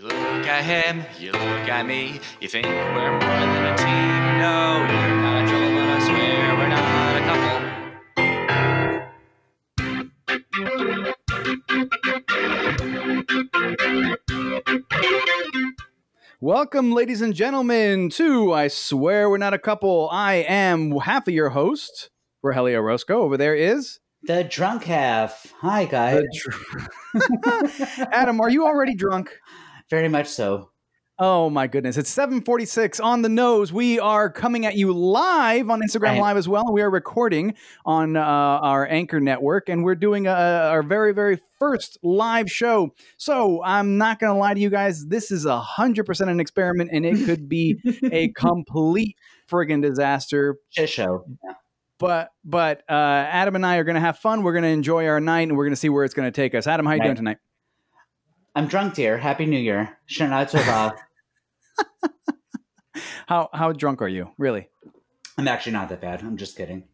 look at him, you look at me, you think we're more than a team. No, you're not a troll, but I swear we're not a couple. Welcome, ladies and gentlemen, to I Swear We're Not a Couple. I am half of your host, Rogelio Roscoe. Over there is The drunk half. Hi, guys. Adam. Are you already drunk? Very much so. Oh my goodness. It's 746 on the nose. We are coming at you live on Instagram Right. Live as well. We are recording on uh, our Anchor Network and we're doing uh our very, very first live show. So I'm not going to lie to you guys. This is 100% an experiment and it could be a complete friggin' disaster Shit show. but but uh, Adam and I are going to have fun. We're going to enjoy our night, and we're going to see where it's going to take us. Adam, how you Right. doing tonight? I'm drunk, dear. Happy New Year. Shana Tova. How how drunk are you? Really? I'm actually not that bad. I'm just kidding.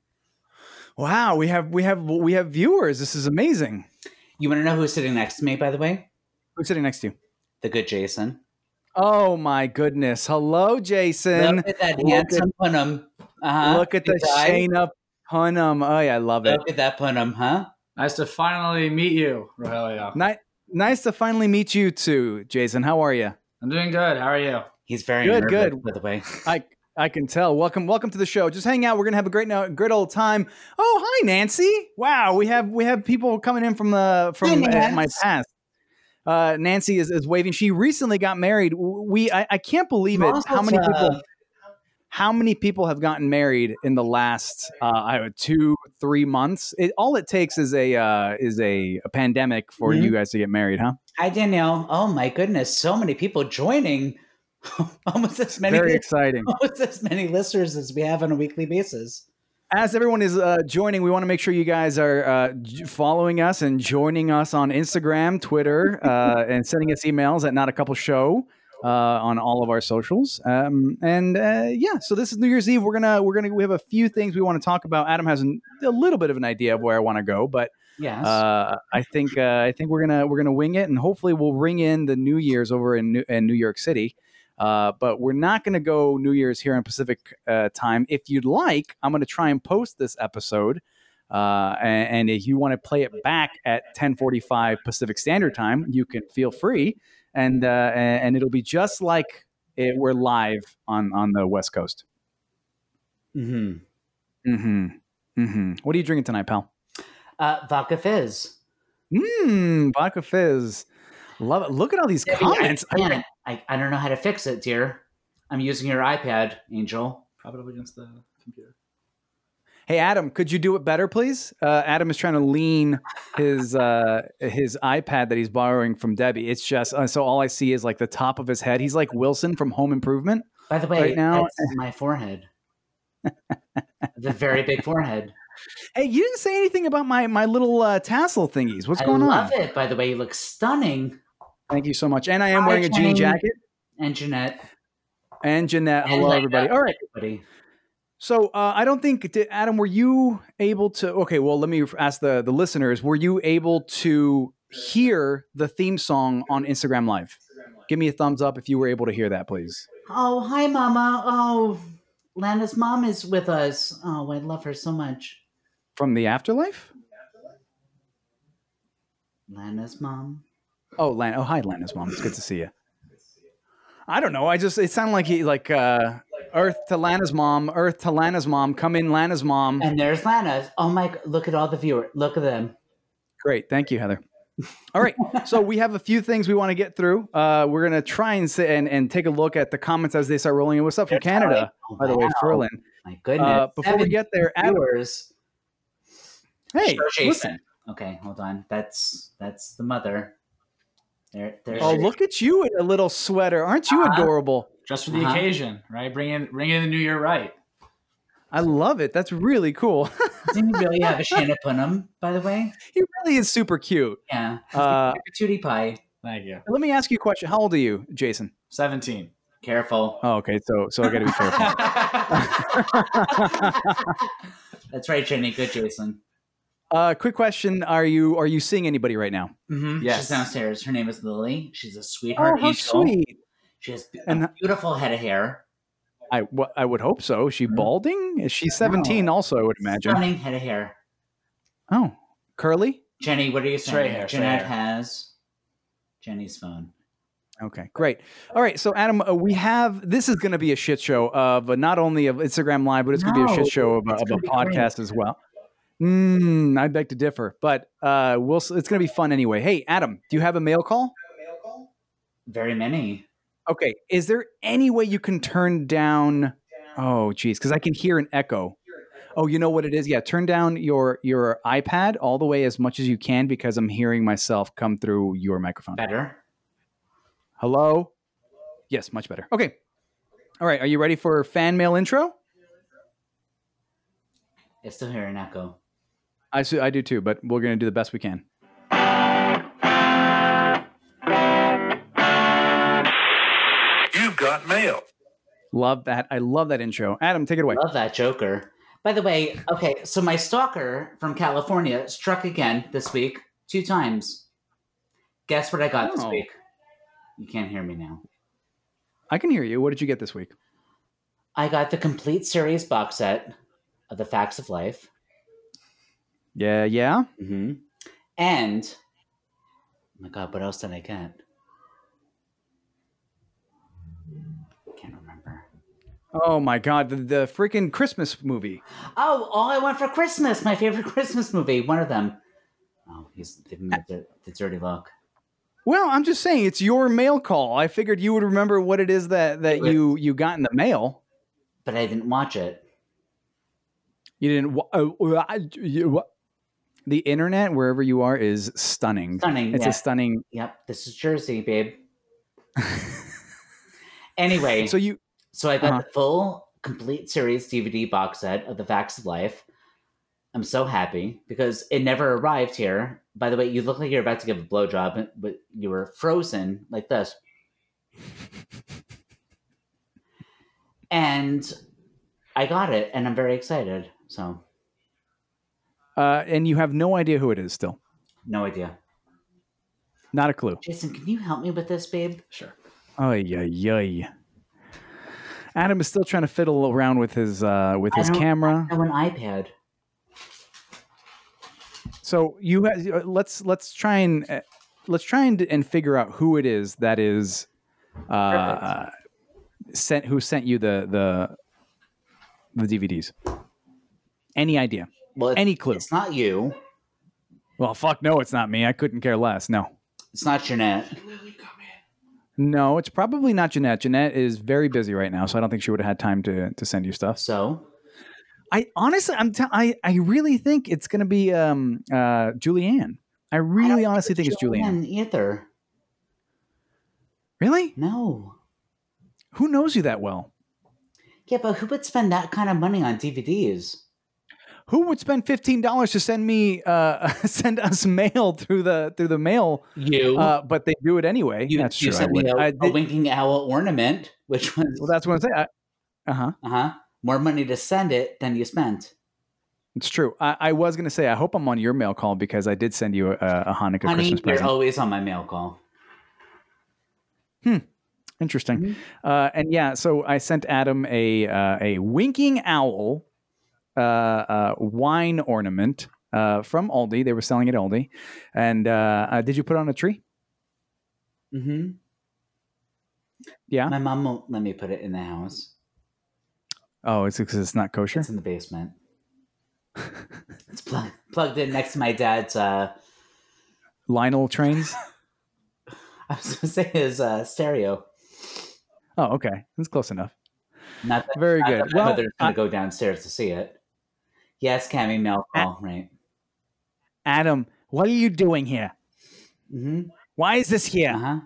Wow, we have we have we have viewers. This is amazing. You want to know who's sitting next to me, by the way? Who's sitting next to you? The good Jason. Oh my goodness! Hello, Jason. Look at that look handsome punum. Uh-huh. Look at the Guy. Shayna Punham. Oh yeah, I love it. Look at that punum, huh? Nice to finally meet you, Rogelio. Ni- nice to finally meet you too, Jason. How are you? I'm doing good. How are you? He's very Good, nervous, good. By the way, I I can tell. Welcome, welcome to the show. Just hang out. We're gonna have a great, no- great old time. Oh, hi, Nancy. Wow, we have we have people coming in from the from Hi, uh, my Nance. past. Uh, Nancy is, is waving. She recently got married. We I, I can't believe it. How many people? How many people have gotten married in the last uh, I would two three months? It, all it takes is a uh, is a, a pandemic for Mhm. you guys to get married, huh? Hi, Danielle. Oh my goodness, so many people joining. almost as many, Very exciting. almost as many listeners as we have on a weekly basis. As everyone is uh, joining, we want to make sure you guys are uh, j- following us and joining us on Instagram, Twitter, uh, and sending us emails at Not a Couple Show uh, on all of our socials. Um, and uh, yeah, so this is New Year's Eve. We're gonna we're gonna we have a few things we want to talk about. Adam has an, a little bit of an idea of where I want to go, but Yes. uh, I think uh, I think we're gonna we're gonna wing it, and hopefully we'll ring in the New Year's over in New, in New York City. Uh, but we're not going to go New Year's here in Pacific uh, time. If you'd like, I'm going to try and post this episode, uh, and, and if you want to play it back at 10:45 Pacific Standard Time, you can feel free, and uh, and and it'll be just like it, we're live on on the West Coast. hmm hmm hmm What are you drinking tonight, pal? uh, vodka fizz. Mmm, vodka fizz. Love it. Look at all these Debbie, comments. I, can't. I, I don't know how to fix it, dear. I'm using your iPad, Angel. Prop it up against the computer. Hey, Adam, could you do it better, please? Uh, Adam is trying to lean his uh, his iPad that he's borrowing from Debbie. It's just uh, so all I see is like the top of his head. He's like Wilson from Home Improvement. By the way, Right now- that's my forehead. the very big forehead. Hey, you didn't say anything about my my little uh, tassel thingies. What's I going on? love it. By the way, you look stunning. Thank you so much. And I am Hi, wearing a jean Jenny. jacket. And Jeanette. And Jeanette, And hello Lena. everybody. All right. Everybody. So uh, I don't think did, Adam, were you able to? Okay, well, let me ask the the listeners: Were you able to hear the theme song on Instagram Live? Give me a thumbs up if you were able to hear that, please. Oh, hi, Mama. Oh, Lana's mom is with us. Oh, I love her so much. From the afterlife? Lana's mom. Oh, Lan. Oh, hi, Lana's mom. It's good to see you. I don't know. I just it sounded like he like uh, Earth to Lana's mom, Earth to Lana's mom. Come in, Lana's mom. And there's Lana. Oh, my. g- Look at all the viewers. Look at them. Great. Thank you, Heather. All right. So we have a few things we want to get through. Uh, we're going to try and, sit and and take a look at the comments as they start rolling in. What's up from Canada, Oh, by the way, wow. Ferlin? My goodness. Uh, before we Seven get there, Adam, viewers. hey, Sure, Jason. listen. Okay, hold on. That's that's the mother. There, there. Oh, she- look at you in a little sweater. Aren't you Uh-huh. adorable? Just for the Uh-huh. occasion, right? Bring in, bring in the new year, right? I love it. That's really cool. Didn't you really have a Shanna Punham, by the way? he really is super cute. Yeah. Uh, Tutti pie. Thank you. let me ask you a question. How old are you, Jason? Seventeen. Careful. Oh, okay. So, so I got to be careful. That's right, Jenny. Good, Jason. Uh, quick question: Are you are you seeing anybody right now? Hmm? Mm-hmm. She's Yes. downstairs. Her name is Lily. She's a sweetheart Oh, how angel. sweet! She has a And- beautiful head of hair. I w- I would hope so. Is she Mhm. balding? Is she seventeen? Also, I would imagine. Stunning head of hair. Oh, curly. Jenny, what are you saying? Straight hair, straight Jeanette hair. has Jenny's phone. Okay, great. All right, so Adam, uh, we have this is going to be a shit show of uh, not only of Instagram Live, but it's going to be a No, shit show of, a- it's of a gonna be podcast as well. Mm, I beg to differ, but uh, we'll. s- It's going to be fun anyway. Hey, Adam, do you have a mail call? Very many. Okay, is there any way you can turn down? Oh, geez, because I can hear an echo. Oh, you know what it is? Yeah, turn down your your iPad all the way as much as you can because I'm hearing myself come through your microphone. Better. Hello? Yes, much better. Okay. All right. Are you ready for fan mail intro? I still hear an echo. I, su- I do too, but we're going to do the best we can. You've got mail. Love that. I love that intro. Adam, take it away. Love that Joker. By the way, okay, so my stalker from California struck again this week, two times. Guess what I got this Oh. week? You can't hear me now. I can hear you. What did you get this week? I got the complete series box set of The Facts of Life. Yeah, yeah. Mm-hmm. And, oh my God, what else did I get? Can't remember. Oh my God. The, the freaking Christmas movie. Oh, all I want for Christmas, my favorite Christmas movie, one of them. Oh, he's giving me the, the dirty look. Well, I'm just saying it's your mail call. I figured you would remember what it is that, that you, you got in the mail. But I didn't watch it. You didn't. wa- Uh, uh, you, wa- the internet, wherever you are, is stunning. Stunning. Mm. It's yeah. a stunning. Yep, this is Jersey, babe. anyway, So so, you. I got uh-huh. the full complete series DVD box set of The Facts of Life. I'm so happy because it never arrived here. By the way, you look like you're about to give a blowjob, but you were frozen like this. and I got it, and I'm very excited. So, Uh, and you have no idea who it is still. no idea. Not a clue. Jason, can you help me with this, babe? Sure. Ay ay ay. Adam is still trying to fiddle around with his uh, with I his don't- camera. Oh, an iPad. So you ha- uh, let's let's try and uh, let's try and, and figure out who it is that is uh, sent who sent you the the the DVDs. Any idea? Well, it's, Any clue? it's not you. Well, fuck no, it's not me. I couldn't care less. No. It's not Jeanette. No, it's probably not Jeanette. Jeanette is very busy right now, so I don't think she would have had time to to send you stuff. So I honestly, I'm t- I I really think it's gonna be um uh Julianne. I I really don't honestly think it's Julianne. Joanne either. Really? No. Who knows you that well? Yeah, but who would spend that kind of money on DVDs? Who would spend fifteen dollars to send me uh send us mail through the through the mail? You. Uh, but they do it anyway. you that's you true. I sent me would. a, I a did- winking owl ornament, which was well, that's what I'm saying. Uh huh. uh huh more money to send it than you spent. It's true. I, I was gonna say I hope I'm on your mail call because I did send you a, a Hanukkah Christmas Honey, you're present. always on my mail call. Interesting. Mm-hmm. Uh, and yeah, so I sent Adam a uh, a winking owl uh, uh, wine ornament uh, from Aldi. They were selling it at Aldi. And uh, uh, did you put it on a tree? Mm-hmm. Yeah. My mom won't let me put it in the house. Oh, it's because it's not kosher. It's in the basement. it's plug- plugged in next to my dad's. Uh, Lionel trains. I was gonna say his uh, stereo. Oh, okay, that's close enough. Not that Very Not good. that my Well, mother's gonna uh, go downstairs to see it. Yes, Cammy Mel. call, right. Adam, what are you doing here? Mm-hmm. Why is this Uh here? huh.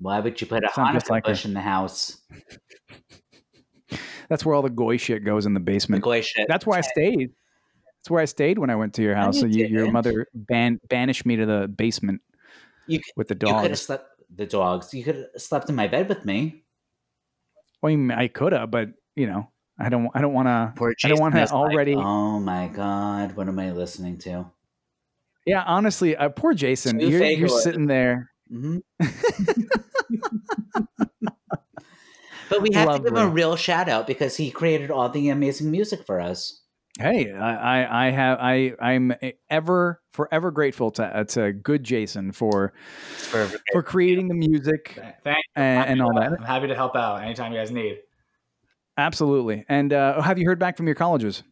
Why would you put a Sound just Hanukkah like her. bush in the house? That's where all the goy shit goes in the basement. McGoy Mm. shit. That's where I stayed. That's where I stayed when I went to your house. you So you, your didn't. mother ban- banished me to the basement You c- with the You could dogs. have slept the dogs. You could have slept in my bed with me. Well, I mean, I could have, but you know, I don't. I don't want to. Poor I don't Jason want to is like, already. oh my god, what am I listening to? yeah, honestly, uh, poor Jason. Two You're, fake you're ones. sitting there. hmm but we have to give him a Lovely. real shout out because he created all the amazing music for us. Hey, I, I, I have. I, I'm ever, forever grateful to uh, to good Jason for for creating the music Th- Thank and, and all that. I'm happy to help out anytime you guys need. Absolutely. And uh, have you heard back from your colleges?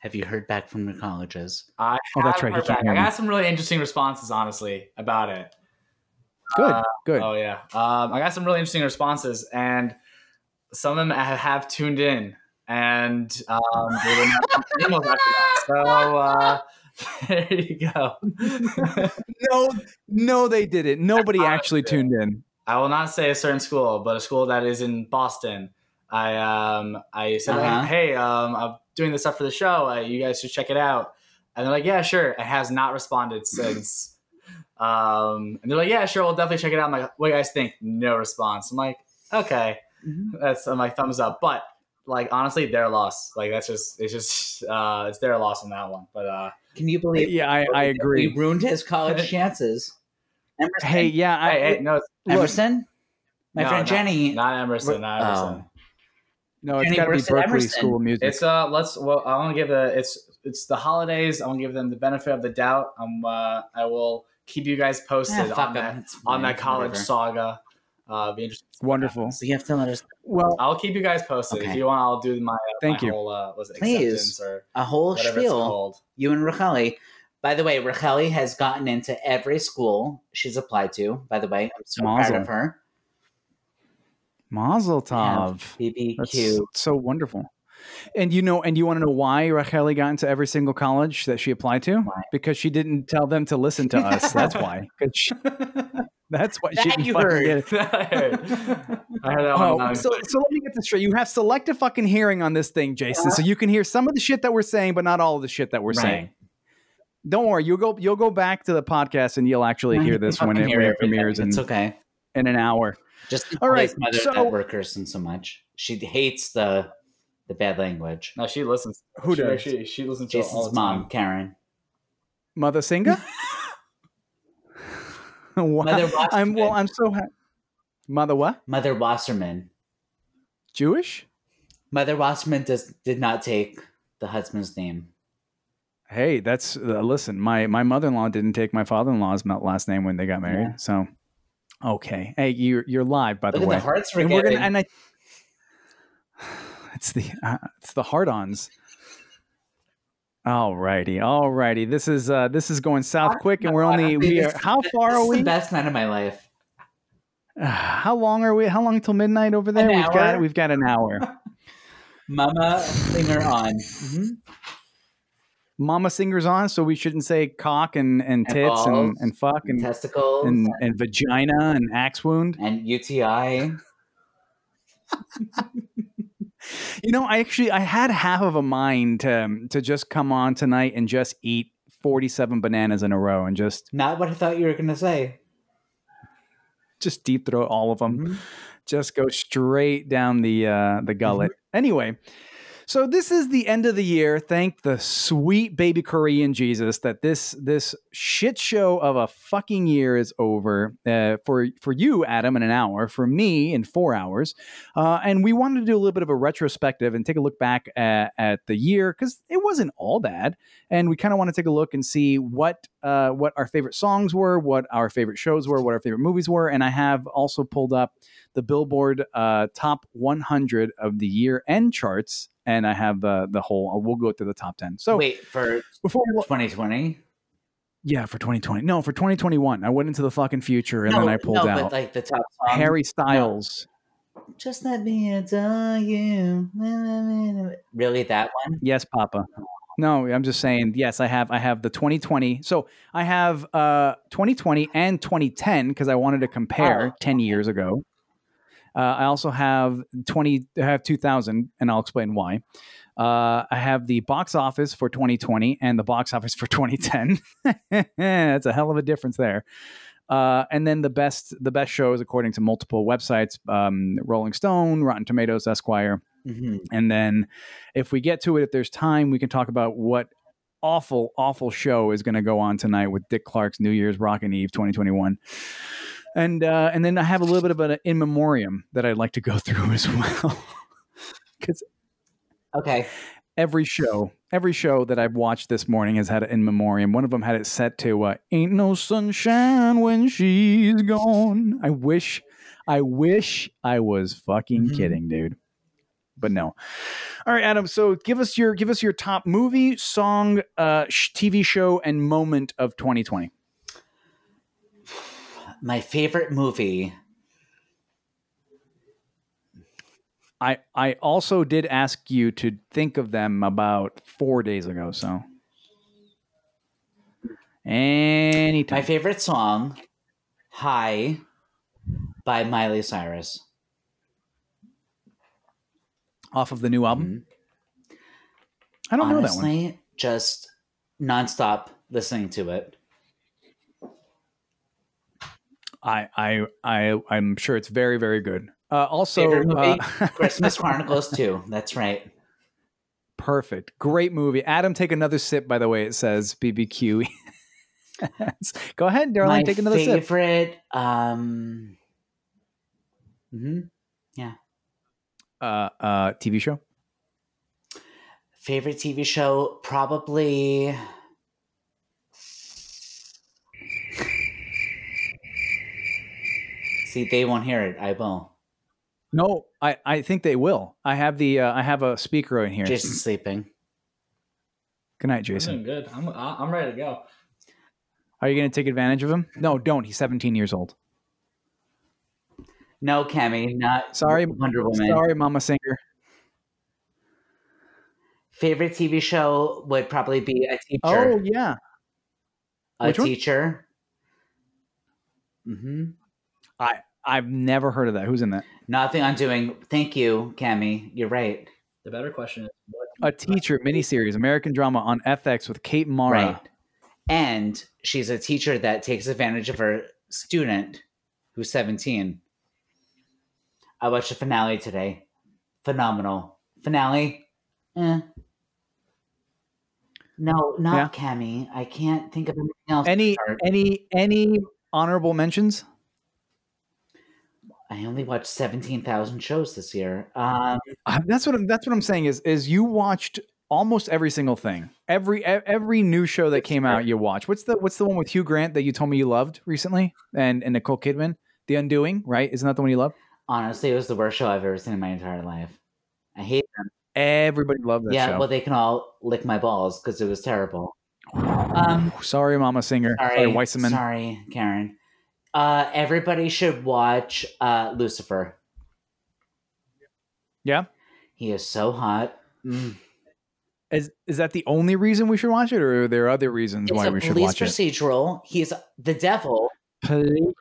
Have you heard back from your colleges? I Oh, that's have right, he can't heard back. hear I me. got some really interesting responses, honestly, about it. Good. Uh, good. Oh yeah, um, I got some really interesting responses, and some of them have, have tuned in, and um, they were not emails after that. So uh, there you go. No, no, they didn't. Nobody actually tuned in. I will not say a certain school, but a school that is in Boston. I um, I said, Uh-huh. hey, um, I'm doing this stuff for the show. Uh, you guys should check it out. And they're like, yeah, sure. It has not responded since. um, and they're like, yeah, sure, we'll definitely check it out. I'm like, what do you guys think? No response. I'm like, okay. Mm-hmm. that's uh, my thumbs up. But like honestly, their loss. Like that's just it's just uh it's their loss on that one. But uh Can you believe Yeah, I, I You agree. ruined his college chances. Emerson, Hey, yeah, I, hey, hey, no, it's look, Emerson, my No, friend not- Jenny. not Emerson, not Emerson. Oh. no, it's Jenny got to be Burson Berkeley Emerson. School of Music. It's uh let's well I wanna give the it's it's the holidays, I wanna give them the benefit of the doubt. I'm uh I will keep you guys Ah, posted fuck on him. that It's fine, on that college whatever. saga. Uh be interesting. Wonderful. So you have to let us Well, I'll keep you guys posted. If Okay. you want I'll do my uh, Thank my you. whole uh was it Please. acceptance or a whole whatever it's spiel. called. You and Racheli. By the way, Racheli has gotten into every school she's applied to. By the way, I'm so Mazel. proud of her. Mazel Yeah, Tov. That's BBQ. so wonderful. And you know, and you want to know why Racheli got into every single college that she applied to? Why? Because she didn't tell them to listen to us. That's why. 'Cause she- that's why she That didn't you fucking heard. get it. I heard that one. uh, Oh, on- so, so let me get this straight. You have selective fucking hearing on this thing, Jason. Uh-huh. So you can hear some of the shit that we're saying, but not all of the shit that we're saying. Don't worry, you'll go you'll go back to the podcast and you'll actually hear this when Fucking it, hear when it everything. premieres in, It's okay. in an hour. Just All all right, right. Mother so- that workers and so much. She hates the the bad language. No, she listens. Who she, does? She, she listens to it all Jason's the time. mom, Karen. Mother Singa? wow. Mother I'm well, Wasserman. I'm so ha- Mother what? Mother Wasserman. Jewish? Mother Wasserman does did not take the husband's name. Hey, that's uh, listen. My my mother in law didn't take my father in law's last name when they got married. Yeah. So, okay. Hey, you're you're live by Look the at way. the hearts we're and we're getting. gonna and I. It's the uh, it's the hard-ons. All righty, all righty. This is uh this is going south quick, and we're only we are. How far This are is the we? best night of my life. How long are we? How long till midnight over there? An we've got hour. we've got an hour. Mama Singer on. Mhm. Mama singers on, so we shouldn't say cock and and tits and and, balls. fuck and Testicles and, and, and vagina and axe wound. UTI. You know, I actually I had half of a mind to um, to just come on tonight and just eat forty seven bananas in a row and just Not what I thought you were gonna say. just deep throat all of Mm-hmm. them. Just go straight down the uh, the gullet. Anyway, so this is the end of the year. Thank the sweet baby Korean Jesus that this this shit show of a fucking year is over uh, for for you, Adam, in an hour. For me, in four hours. Uh, and we wanted to do a little bit of a retrospective and take a look back at, at the year because it wasn't all bad. And we kind of want to take a look and see what uh, what our favorite songs were, what our favorite shows were, what our favorite movies were. And I have also pulled up the Billboard uh, top 100 of the year end charts. And I have the the whole. uh, We'll go through the top ten. So Wait for before we, 2020. yeah, for 2020, no, for 2021, I went into the fucking future and then I pulled no, out But like um, the top song. Harry Styles. Just let me adore you. Really, that one? Yes, Papa. No, I'm just saying. Yes, I have. I have the 2020. So I have uh 2020 and 2010 because I wanted to compare Oh. 10 years ago. Uh, I also have 20. I have 2000, and I'll explain why. Uh, I have the box office for 2020 and the box office for 2010. That's a hell of a difference there. Uh, and then the best the best shows according to multiple websites: um, Rolling Stone, Rotten Tomatoes, Esquire, hmm And then if we get to it, if there's time, we can talk about what awful, awful show is going to go on tonight with Dick Clark's New Year's Rockin' Eve 2021. And uh, and then I have a little bit of an in memoriam that I'd like to go through as well. Okay. every show, every show that I've watched this morning has had it in memoriam. One of them had it set to uh, "Ain't No Sunshine When She's Gone." I wish, I wish I was fucking Mhm. kidding, dude. But no. All right, Adam. So give us your give us your top movie, song, uh, sh- TV show, and moment of 2020. My favorite movie. I I also did ask you to think of them about four days ago. So anytime. My favorite song, High by Miley Cyrus. off of the new Mm-hmm. album. Mm-hmm. I don't know that one. Honestly, just nonstop listening to it. I I I I'm sure it's very very good. Uh, also, Favorite movie? uh, Christmas Chronicles 2. That's right. perfect, great movie. Adam, take another sip. By the way, it says BBQ. Go ahead, darling. My take another sip. favorite. Um, mhm. Uh, uh, TV show. Favorite TV show, probably. See, they won't hear it. I will. No, I, I think they will. I have the uh, I have a speaker right here. Jason's sleeping. Good night, I'm Mm. Jason. doing Mm, good. I'm I- I'm ready to go. Are you going to take advantage of him? No, don't. He's 17 years old. No, Cammy, not Sorry, Wonder Woman. Sorry, Mama Singer. Favorite TV show would probably be a Oh teacher. yeah, a which one? teacher. hmm I've never heard of that. Who's in that? Nothing I'm doing. Thank you, Cammy. You're right. The better question is what Uh, A teacher miniseries, American drama on FX with Kate Mara. Right. And she's a teacher that takes advantage of her student who's 17. I watched the finale today. Phenomenal. Finale? Eh. No, not Cammy. I can't think of anything else. Any any any honorable mentions? I only watched 17,000 shows this year. Um, Uh, That's what I'm, that's what I'm saying is is you watched almost every single thing. Every e- every new show that came out you watched. What's the what's the one with Hugh Grant that you told me you loved recently and and Nicole Kidman? The Undoing, right? Isn't that the one you love? honestly, it was the worst show I've ever seen in my entire life. I hate them. Everybody loved that yeah, show. well, they can all lick my balls because it was terrible. Um, sorry, Mama Singer. Sorry, Sorry, Weisman. Sorry, Karen. Uh, everybody should watch uh, Lucifer. Yeah? he is so hot. Mm. Is is that the only reason we should watch it, or are there other reasons It's why a we should police watch procedural. He's the devil. it? Police.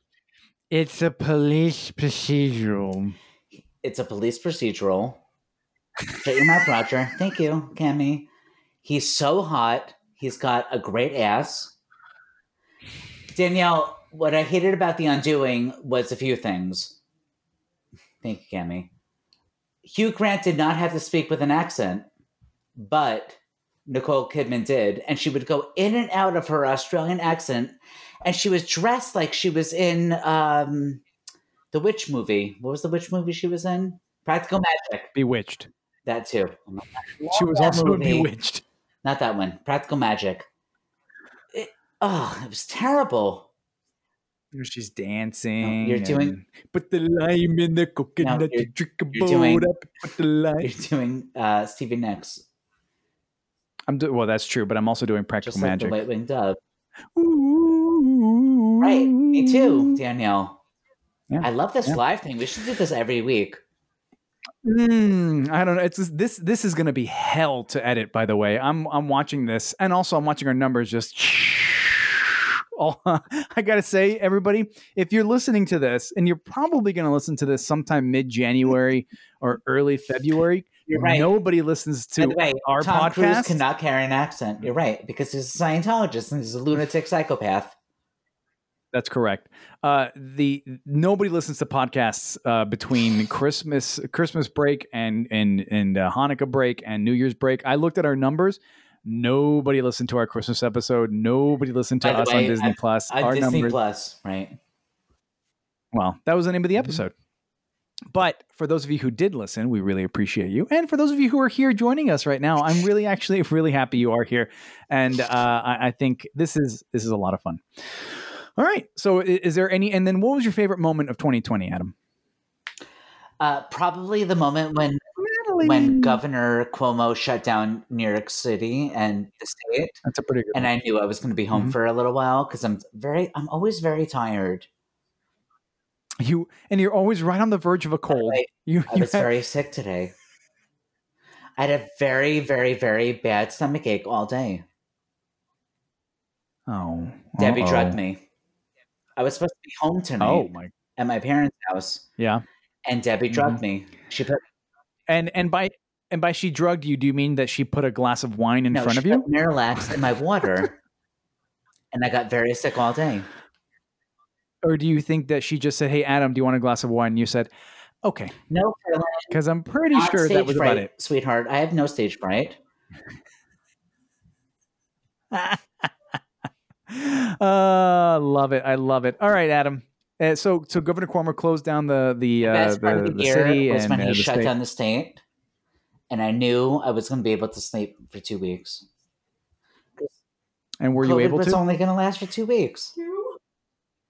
It's a police procedural. It's a police procedural. Shut your mouth, Roger. Thank you, Cammy. He's so hot. He's got a great ass. Danielle, what I hated about The Undoing was a few things. Thank you, Cammy. Hugh Grant did not have to speak with an accent, but Nicole Kidman did, and she would go in and out of her Australian accent, and she was dressed like she was in um, the witch movie. What was the witch movie she was in? Practical Magic. Bewitched. That too. Oh my She was that also in movie. bewitched. not that one. Practical Magic. It, oh, it was terrible. Where She's dancing. you're doing- and Put the lime in the coconut. No, you're- you drink a you're boat doing- up. Put the lime. You're doing uh, Stevie Nicks, I'm do- well. That's true, but I'm also doing practical just like magic. the White Winged Dove. Ooh. Right, me too, Danielle. Mm. Yeah, I love this yeah. live thing. We should do this every week. Mm, I don't know. It's just- this. This is going to be hell to edit. By the way, I'm I'm watching this, and also I'm watching our numbers just. All, I gotta say, everybody, if you're listening to this, and you're probably gonna listen to this sometime mid-January or early February, You're right. nobody listens By to the way, our Tom Cruise podcast? cannot carry an accent. You're right because he's a Scientologist and he's a lunatic psychopath. That's correct. Uh, the nobody listens to podcasts uh, between Christmas Christmas break and and and uh, Hanukkah break and New Year's break. I looked at our numbers. Nobody listened to our Christmas episode. Nobody listened to By the us way, on Disney I- Plus. Uh, our Disney numbers. Plus, right? Well, that was the name of the Mhm. episode. But for those of you who did listen, we really appreciate you. And for those of you who are here joining us right now, I'm really actually really happy you are here. And uh, I, I think this is this is a lot of fun. All right. So i- is there any and then what was your favorite moment of 2020, Adam? Uh, probably the moment when when Governor Cuomo shut down New York City and the state, That's a pretty good and one. I knew I was going to be home Mhm. for a little while because I'm very, I'm always very tired. you and you're always right on the verge of a cold. Right. You, I you was had- very sick today. I had a very, very, very bad stomach ache all day. oh Debbie uh-oh. drugged me. I was supposed to be home tonight Oh my at my parents' house, yeah. Mm-hmm. and Debbie drugged me. She put And and by and by she drugged you, do you mean that she put a glass of wine in no, front she of you? put Miralax in my water, and I got very sick all day. or do you think that she just said, "Hey, Adam, do you want a glass of wine?" And you said, "Okay," No, Caroline, because I'm pretty not sure that stage was fright, about it. sweetheart. I have no stage fright. uh, love it. I love it. All right, Adam. Uh, so, so Governor Cuomo closed down the the the uh, best part the, of the, the year city was and when uh, he the shut state. down the state, and I knew I was going to be able to sleep for two weeks. And were you COVID able was to? only going to last for two weeks.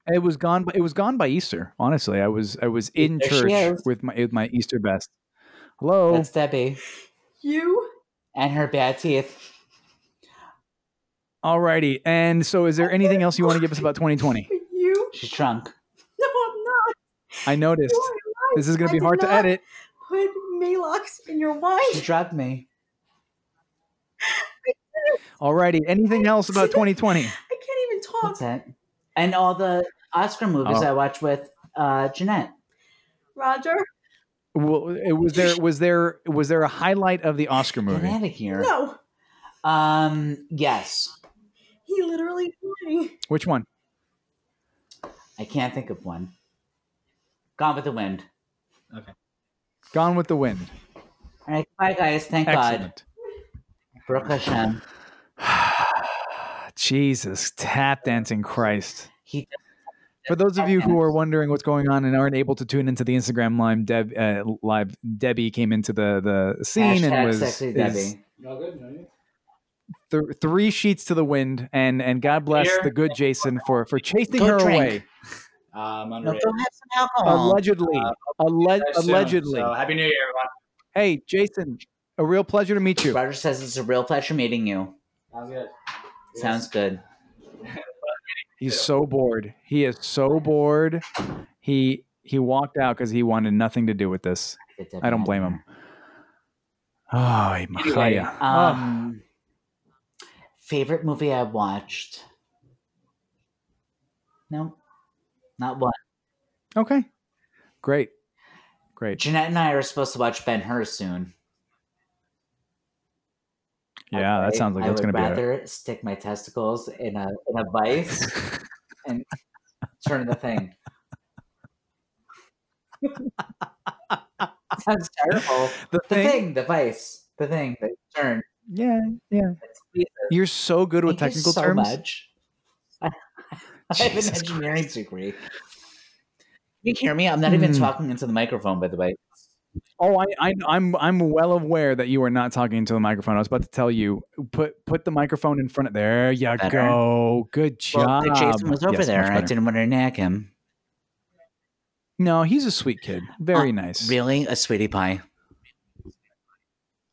it was gone. By, it was gone by Easter. Honestly, I was I was in There she church is. with my with my Easter best. Hello. That's Debbie You? and her bad teeth. Alrighty. And so, is there anything else you want to give us about 2020? You? She's drunk. No, I'm not. I noticed You are this is going I to be did hard to not- edit. lying. Put Malox in your She wine. drugged me. Alrighty. Anything else about 2020? I can't even talk. That's it. And all the Oscar movies Oh. I watch with uh, Jeanette. Roger? Well, it- was there was there was there a highlight of the Oscar Get movie? out of here. No. Um, yes. He literally lying. Which one? I can't think of one. Gone with the Wind. Gone with the Wind. All right. Bye, guys. Thank God. Excellent. Baruch Hashem. Jesus, tap dancing Christ. He For those of you who are wondering what's going on and aren't able to tune into the Instagram live, Deb, uh, live Debbie came into the the scene and hashtag was sexy is Debbie. th- three sheets to the wind. And and God bless Here. the good Jason for for chasing Go her drink. away. No, Um, go underrated. have some alcohol. allegedly, Uh, alle- Guys, soon. allegedly. So, happy New Year, hey, Jason, a real pleasure to meet you. Roger says it's a real pleasure meeting you. everyone. Sounds good. Sounds good. He's so bored. He is so bored. He he walked out because he wanted nothing to do with this. I don't blame him. Ay, Anyway, Machaya. Ah, um, favorite movie I watched? No, not one. okay. Great. Great. Jeanette and I are supposed to watch Ben Hur soon. Yeah, that Okay, sounds like I that's would going to be it. rather stick my testicles in a in a vice and turn the thing. Sounds terrible. The The thing, thing. the vice, the thing, the turn. Yeah, yeah. You're so good with Thank you technical so terms. much. I, I have an Jesus engineering degree. You can hear me? I'm not even Hmm. talking into the microphone, by the way. Oh, I, I, I'm, I'm well aware that you are not talking into the microphone. I was about to tell you, put, put the microphone in front of there. You Better. go. Good Well, job. Jason was over Yes, there. much I better. didn't want to nag him. No, he's a sweet kid. Very Uh, nice. Really, a sweetie pie.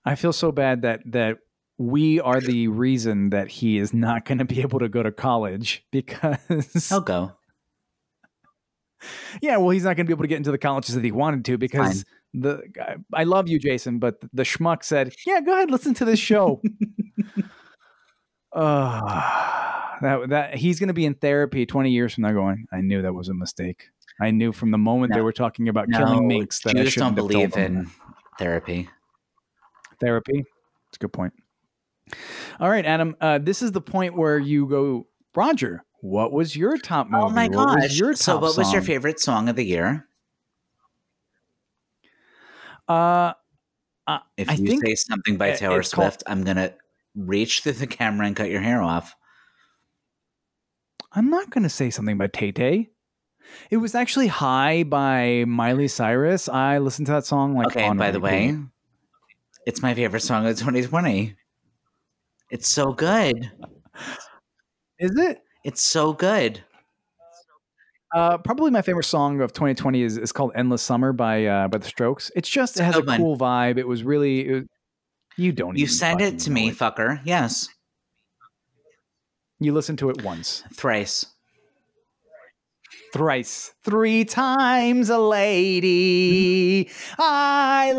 I feel so bad that that we are the reason that he is not going to be able to go to college because I'll go. yeah, well, he's not going to be able to get into the colleges that he wanted to because the I love you, Jason, but the schmuck said, "Yeah, go ahead, listen to this show." uh, that that he's going to be in therapy twenty years from now. Going, I knew that was a mistake. I knew from the moment they No. were talking about No, killing minks that I Jews don't shouldn't have told believe them that. in therapy. therapy. It's a good point. All right, Adam. Uh, this is the point where you go, Roger. What was your top movie? Oh my What was gosh! your so, top what was your song? favorite song of the year? Uh, If I you think say something by i- Taylor it's called- Swift, I'm gonna reach through the camera and cut your hair off. I'm not going to say something by Tay Tay. It was actually High by Miley Cyrus. I listened to that song like okay, on and by the repeat. way, it's my favorite song of 2020. It's so good. Is it? It's so good. Uh, probably my favorite song of 2020 is, is called "Endless Summer" by uh, by The Strokes. It's just it has So a fun. cool vibe. It was really it was- you don't You even send fucking it to know me, fucker. Yes, You listen to it once, thrice. thrice, three times a lady I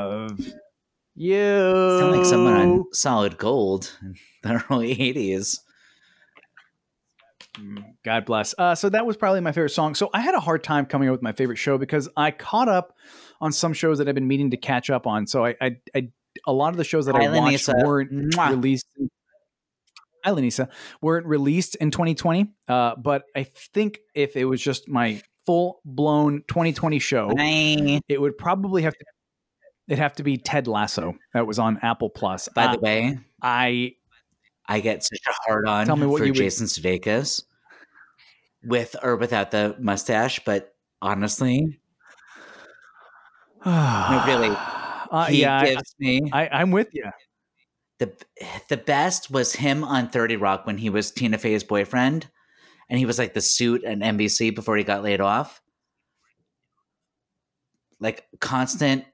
love you. Sound like someone on Solid Gold in the early 80s. God bless. Uh, so that was probably my favorite song. So I had a hard time coming up with my favorite show because I caught up on some shows that I've been meaning to catch up on. So I, I, I a lot of the shows that I Island watched Nisa. weren't Mwah. released. Hi, Lanisa. Weren't released in 2020, uh, but I think if it was just my full blown 2020 show, Bye. it would probably have to. It'd have to be Ted Lasso that was on Apple Plus. By Uh, the way, I I get such a hard on Tell me what for you would- Jason Sudeikis with or without the mustache, but honestly, no, really. Uh, he yeah, gives me I, I, I'm with you. the the best was him on 30 Rock when he was Tina Fey's boyfriend and he was like the suit on NBC before he got laid off. Like constant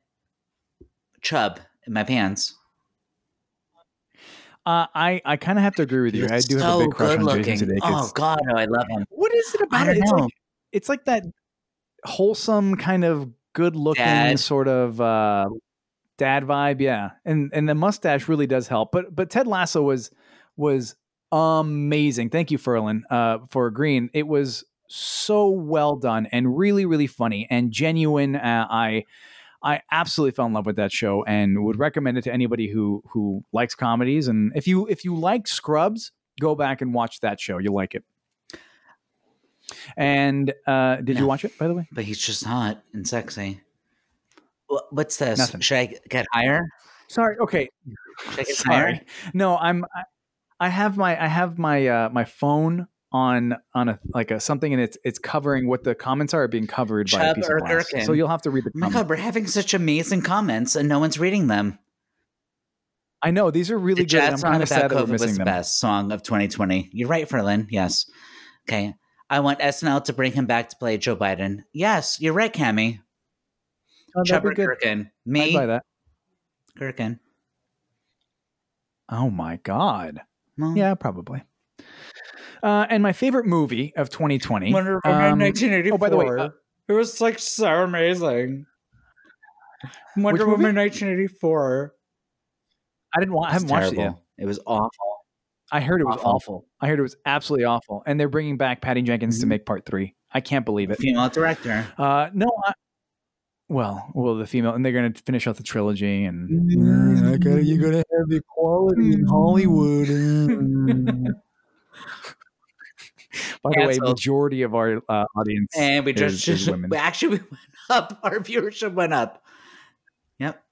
chub in my pants. Uh, I I kind of have to agree with you. I do have so a big crush on good-looking. Jason Sudeikis. Oh god, oh, I love him. What is it I about don't it? It's know. like, it's like that wholesome kind of good-looking Dad. sort of uh, dad vibe, yeah. And and the mustache really does help. But but Ted Lasso was was amazing. Thank you, Ferlin, uh, for agreeing. It was so well done and really really funny and genuine. Uh, I. I absolutely fell in love with that show and would recommend it to anybody who who likes comedies. And if you if you like Scrubs, go back and watch that show. You'll like it. And uh, did you No. watch it by the way? but he's just hot and sexy. Wha- What's this? Nothing. Should I get higher? Sorry. Okay. Should I get Sorry. Oh higher? No, I'm. I, I have my I have my uh, my phone on on a like a something and it's it's covering what the comments are being covered by a Chub piece or of glass. gherkin? So you'll have to read the Oh my comments. god, we're having such amazing comments and no one's reading them. I know these are really the good. and I'm jazz song kind of about sad that COVID we're missing was the them. best song of 2020. You're right, Ferlin. Yes. Okay. I want SNL to bring him back to play Joe Biden. Yes, you're right, Cammy. Oh, that'd Chubber be good. Gherkin. I'd buy Me, that. Gherkin. Oh my god. Well, Yeah, probably. Uh, and my favorite movie of 2020. Wonder um, 1984. oh, by the way, uh, it was like so amazing. Wonder Wonder movie? Woman Woman 1984 I didn't. Wa- I it was haven't watched it yet. terrible. It was awful. I heard it was Awful. awful. I heard it was absolutely awful. And they're bringing back Patty Jenkins to make part three. I can't believe it. Female director. Uh, no, I, well, well, the female, and they're going to finish off the trilogy, and Mm. I gotta- you gotta have equality in Hollywood. By the way, Cancelled. majority of our uh, audience, And we is- just, is women. we actually we went up. Our viewership went up. Yep.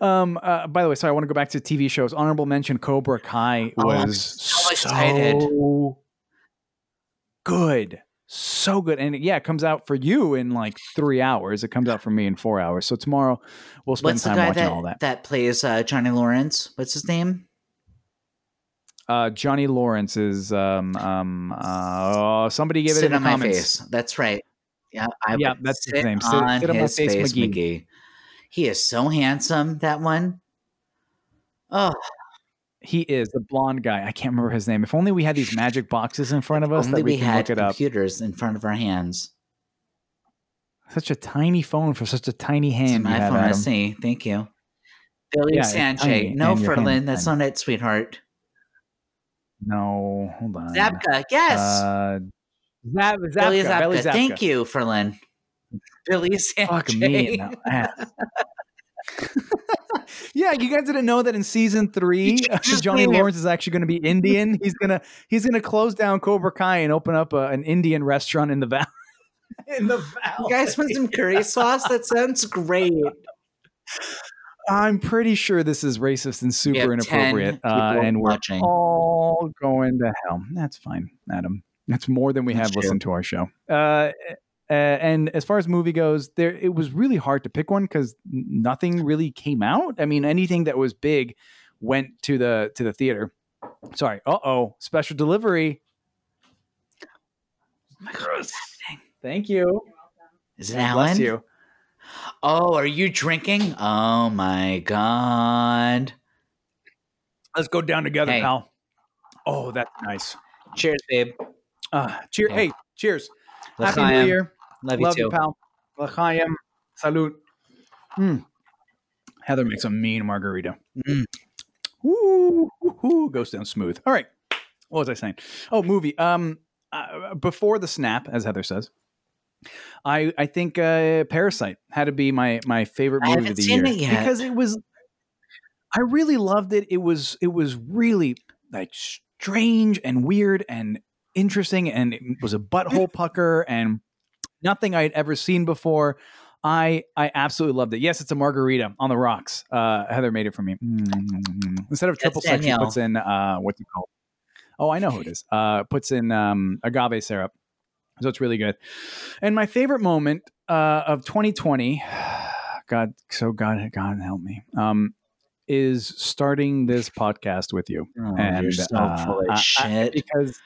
um, uh, by the way, sorry, I want to go back to TV shows. Honorable mention: Cobra Kai Oh, I'm was so so excited. good, so good, and yeah, it comes out for you in like three hours. It comes out for me in four hours. So tomorrow we'll spend What's the time guy watching that, all that that. plays uh, Johnny Lawrence? What's his name? Uh, Johnny Lawrence is um um uh, oh, somebody gave sit it in on the my comments. face. That's right. Yeah, I Yeah, would that's his sit name. Sit- on sit on my his face, face, McGee. McGee. He is so handsome. That one. Oh, He is the blonde guy. I can't remember his name. If only we had these magic boxes in front of us only that we, we can had look it up. computers in front of our hands. Such a tiny phone for such a tiny It's hand. an you have, iPhone Adam. SE. Thank you, Billy Yeah, it's Sanchez. tiny, No, and your hand Ferlin. is That's tiny. not it, sweetheart. No, hold on. Zabka. Yes. Uh, Zab- Zabka. Billy Zabka. Billy Zabka. Thank you, Ferlin. Billy Sanchez. Fuck me. in the ass. yeah, you guys didn't know that in season three, uh, just Johnny came Lawrence is actually going to be Indian. He's gonna he's gonna close down Cobra Kai and open up a, an Indian restaurant in the valley. in the You valley, guys want some curry sauce? That sounds great. I'm pretty sure this is racist and super have 10 inappropriate, uh, people and we're watching. all going to hell. That's fine, Adam. That's more than we That's have true. listened to our show. Uh, uh, and as far as movie goes, there it was really hard to pick one because nothing really came out. I mean, anything that was big went to the to the theater. Sorry. Uh oh. Special delivery. Thank you. Oh Is it Alan? Bless you. Oh, are you drinking? Oh my god. Let's go down together, Hey. pal. Oh, that's nice. Cheers, babe. Uh, cheer. Yeah. Hey, cheers. Happy L'chaim. New Year. Love, Love you you, too. pal. L'chaim. Salute. Hmm. Mm. Heather makes a mean margarita. Mm. Ooh, ooh, ooh, goes down smooth. All right. What was I saying? Oh, movie. Um, uh, before the snap, as Heather says, I I think uh, Parasite had to be my my favorite I movie haven't of the seen year it yet. because it was. I really loved it. It was it was really like strange and weird and interesting, and it was a butthole pucker and nothing I had ever seen before. I I absolutely loved it. Yes, it's a margarita on the rocks. Uh, Heather made it for me. Mm. Instead of That's triple sec, she Danielle. puts in uh, what's it called? Oh, I know who it is. Uh, puts in um, agave syrup, so it's really good. And my favorite moment uh, of 2020, God, so God, God help me, um, is starting this podcast with you Oh, And, you're so uh, full of I- I- shit. because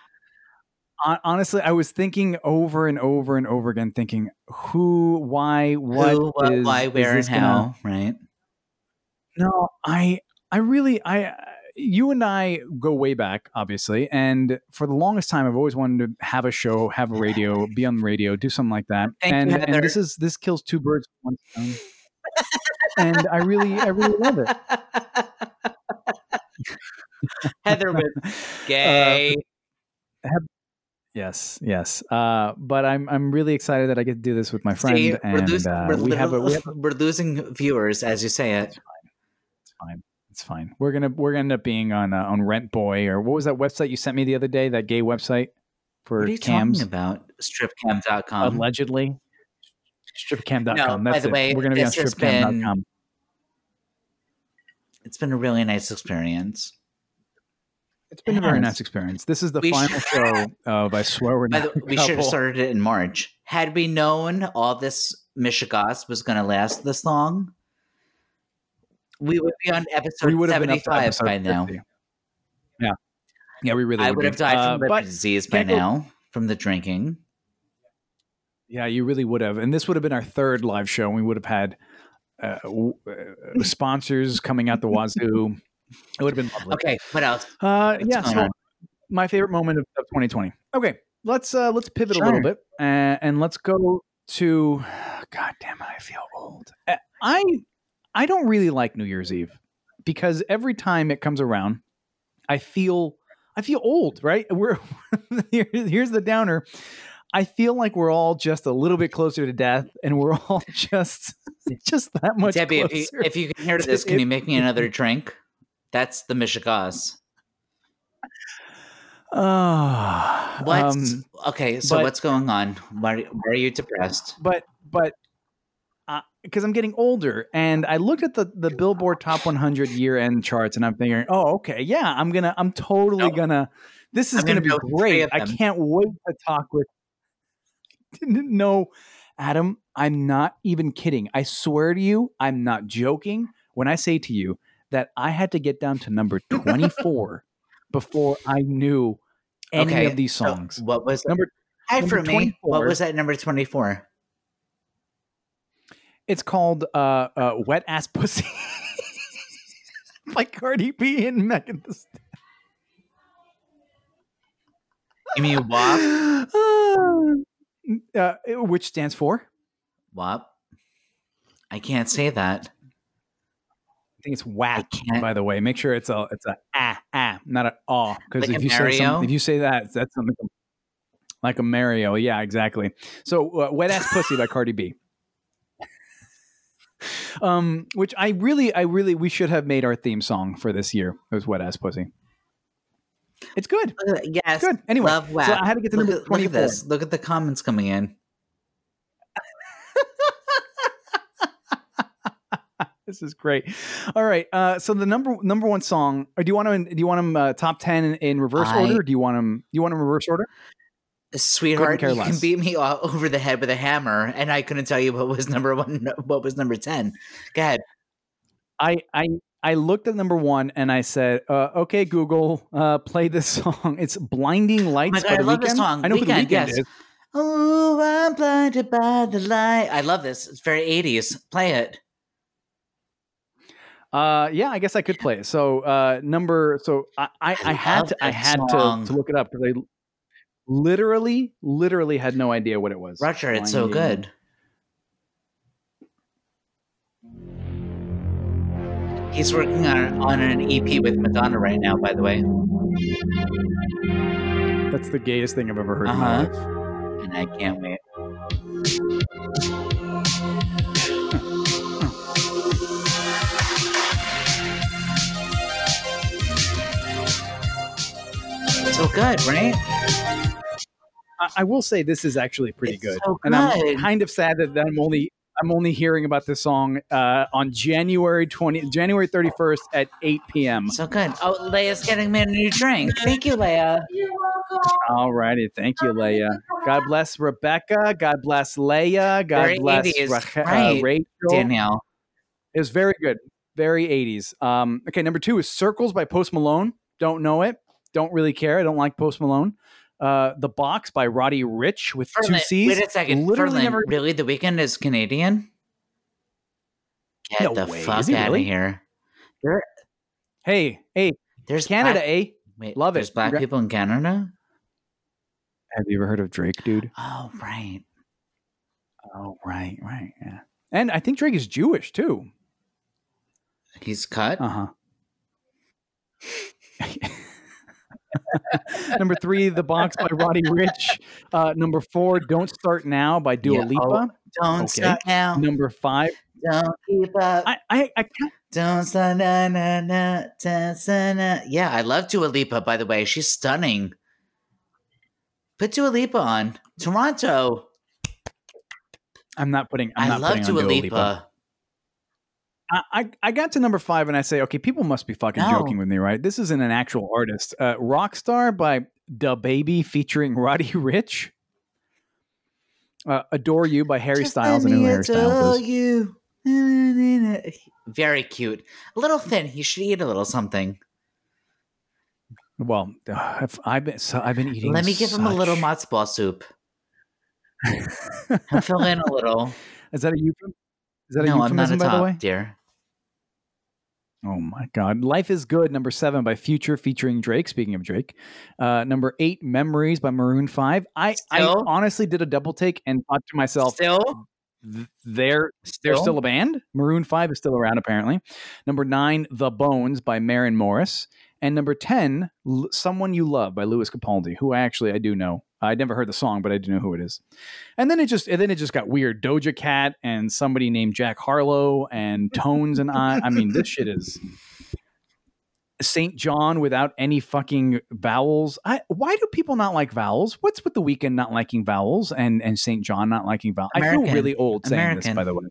hon- honestly i was thinking over and over and over again thinking who why what, Who, what, is- why, is where, and this gonna- how? Right? no i i really i you and i go way back obviously and for the longest time i've always wanted to have a show have a radio be on the radio do something like that Thank you, and, Heather. and this is this kills two birds with one stone and i really i really love it Heather with Uh, gay. Yes, yes. Uh, but I'm I'm really excited that I get to do this with my friend, See, we're and losing, uh, we're, we have a we literally- have a, we're losing viewers as you say it. it's fine. It's fine. We're gonna we're gonna end up being on uh, on Rent Boy or what was that website you sent me the other day? That gay website for What are you cams, talking about? Stripcam.com. allegedly. Stripcam.com. No, by That's the it. way, we're gonna be on this has stripcam.com. It's been a really nice experience. It's been a very Yes. nice experience. This is the We final should- show of I swear we're By not. the, a we should have couple. started it in March. Had we known all this Michigas was going to last this long, we would be on episode We would have been up to 75 episode by now. 50. Yeah, yeah, we really. I would would be. have died Uh, from liver but disease by can't go- now from the drinking. Yeah, you really would have. And this would have been our third live show. And we would have had uh, w- uh, sponsors coming out the wazoo. It would have been lovely. Okay, what else? Uh, What's yeah. going So on? my favorite moment of, of 2020. Okay, let's uh, let's pivot a Sure. little bit and, and let's go to. God damn it! I feel old. Uh, I I don't really like New Year's Eve because every time it comes around, I feel I feel old. Right? We're here, here's the downer. I feel like we're all just a little bit closer to death, and we're all just just that much Debbie, if closer. you, if you can hear this, can you make me another drink? That's the Michigas. Ah, What's um, okay? So but- what's going on? Why, why are you depressed? but but because I'm getting older, and I looked at the the Billboard Top 100 year end charts, and I'm thinking, oh, okay, yeah, I'm gonna, I'm totally No. gonna, this is I'm gonna, gonna know be three great. of I them. can't wait to talk with. Didn't know, Adam. I'm not even kidding. I swear to you, I'm not joking when I say to you that I had to get down to number 24 before I knew any Okay, of these so songs. what was Number- Hi number for me. What 24. was that number twenty four? It's called uh, uh, Wet Ass Pussy by Cardi B and Megan Thee Stallion. You mean WAP? Uh, which stands for? WAP. I can't say that. I think it's I whack. can't. By the way, make sure it's a it's a ah ah, not a ah. Because Eh. Like if a you say Mario? some, if you say that, that's something like a Mario. Yeah, exactly. So uh, wet ass pussy by Cardi B. Um, which I really, I really, we should have made our theme song for this year. It was Wet Ass Pussy. It's good. Look at that. Yes. It's good. Anyway, Love WAP. so I had to get to Look number at, look at 24. this. Look at the comments coming in. This is great. All right. Uh, so the number number one song. Or do you want them? Do you want them uh, top ten in, in reverse I- order? Or do you want them? You want them reverse order? Sweetheart, care you can less. beat me all over the head with a hammer, and I couldn't tell you what was number one, what was number ten. Go ahead. I I I looked at number one and I said, uh, "Okay, Google, uh, play this song. It's Blinding Lights." God, by I The love this Weeknd. song. I know who the Weeknd, weekend yes. is. Oh, I'm blinded by the light. I love this. It's very eighties. Play it. Uh, yeah, I guess I could play it. So uh, number, so I I, I I had love to I that had song. to, to look it up because I literally literally had no idea what it was. Roger, it's so Blinding- good. He's working on, on an EP with Madonna right now, by the way. That's the gayest thing I've ever heard. in my Uh-huh. life. And I can't wait. So good, right? I, I will say this is actually pretty It's good, so and I'm good. kind of sad that I'm only I'm only hearing about this song uh, on January twenty January thirty first at eight p.m. So good. Oh, Leia's getting me a new drink. Thank you, Leia. You're welcome. All righty, thank you, Leia. God bless Rebecca. God bless Leia. God Very bless 80s, Rache- right, uh, Rachel. Danielle. It was very good, very 80s. Um, okay, number two is Circles by Post Malone. Don't know it. Don't really care. I don't like Post Malone. Uh, the Box by Roddy Rich with two Ferland, C's. Wait a second. Literally Ferland, never- Really, The Weeknd is Canadian? Get No the way. fuck Is he out really? of here. Hey, hey, There's Canada, Black, eh? wait, love it. There's black Congra- people in Canada? Have you ever heard of Drake, dude? Oh, right. Oh, right, right, yeah. And I think Drake is Jewish too. He's cut? Uh huh. number three, The Box by Roddy Rich. Uh, number four, Don't Start Now by Dua Yeah, oh, Lipa. Don't okay. start now. Number five, Don't keep up. I, I, I can't. Don't start na na na da, sa, na. Yeah, I love Dua Lipa, by the way. She's stunning. Put Dua Lipa on. Toronto. I'm not putting. I'm i not love putting on Dua, Lipa. I, I I got to number five and I say, okay, people must be fucking No. joking with me, right? This isn't an actual artist. Uh, Rockstar by Da Baby featuring Roddy Rich. Uh, Adore You by Harry Just Styles. I let know who me Harry Styles adore is. you. Na, na, na, na. Very cute. A little thin. He should eat a little something. Well, uh, I've, I've been so I've been eating. Let me give him a little such- matzo ball soup. He'll fill in a little. Is that a euphemism? Is that a no, I'm not euphemism a by the way? top, dear. Oh my God. Life is Good, number seven by Future featuring Drake. Speaking of Drake, uh, number eight, Memories by Maroon 5. I, I Still? honestly did a double take and thought to myself, Still, th- they're, they're Still? still a band. Maroon 5 is still around, apparently. Number nine, The Bones by Marin Morris. And number 10, L- Someone You Love by Louis Capaldi, who I actually I do know. I never heard the song, but I do know who it is. And then it just and then it just got weird. Doja Cat and somebody named Jack Harlow and Tones and I. I mean, this shit is Saint John without any fucking vowels. I, why do people not like vowels? What's with the weekend not liking vowels and and Saint John not liking vowels? I feel American. really old saying this, American. by the way.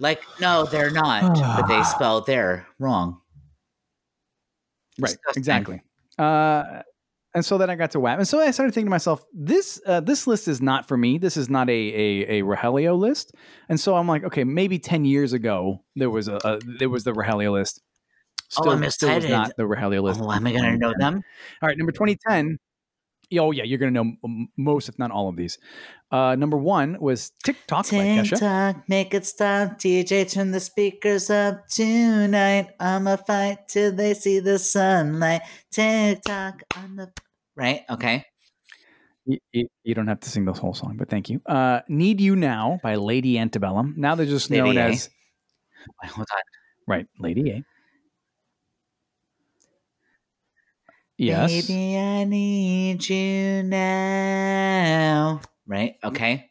like no, they're not, but they Ah. spell their wrong. right Disgusting. exactly uh and so then I got to WAP. And so I started thinking to myself, this uh, this list is not for me. This is not a a, a Rogelio list. And so I'm like, okay, maybe 10 years ago there was a, a there was the Rogelio list. Oh, Still, I'm still was excited. not the Rogelio list. Oh, am I gonna know them? All right, number 2010. Yeah, Oh yeah, you're gonna know m- most, if not all of these. Uh, number one was TikTok by Tick Kesha. tock, make it stop. DJ, turn the speakers up tonight. I'ma fight till they see the sunlight. Tick tock on the right. Okay. You, you, you don't have to sing the whole song, but thank you. Uh, Need You Now by Lady Antebellum. Now they're just known Lady A. as Wait, hold on. Right, Lady A. Yes. Baby, I need you now. Right. Okay.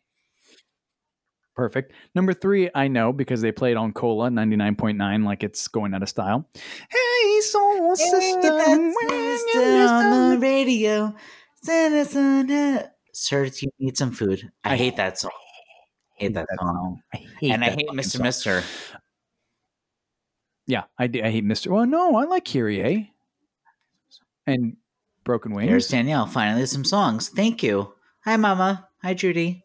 Perfect. Number three, I know because they play it on Cola 99.9 like it's going out of style. Hey, soul sister. when you on the listen- radio. Sir, do you need some food? I, I hate that song. Hate that song. and I that hate fucking Mr. song. Mister. Yeah, I, do, I hate Mr. Well, no, I like Kyrie. And Broken Wings. Here's Danielle. Finally, some songs. Thank you. Hi, Mama. Hi, Judy.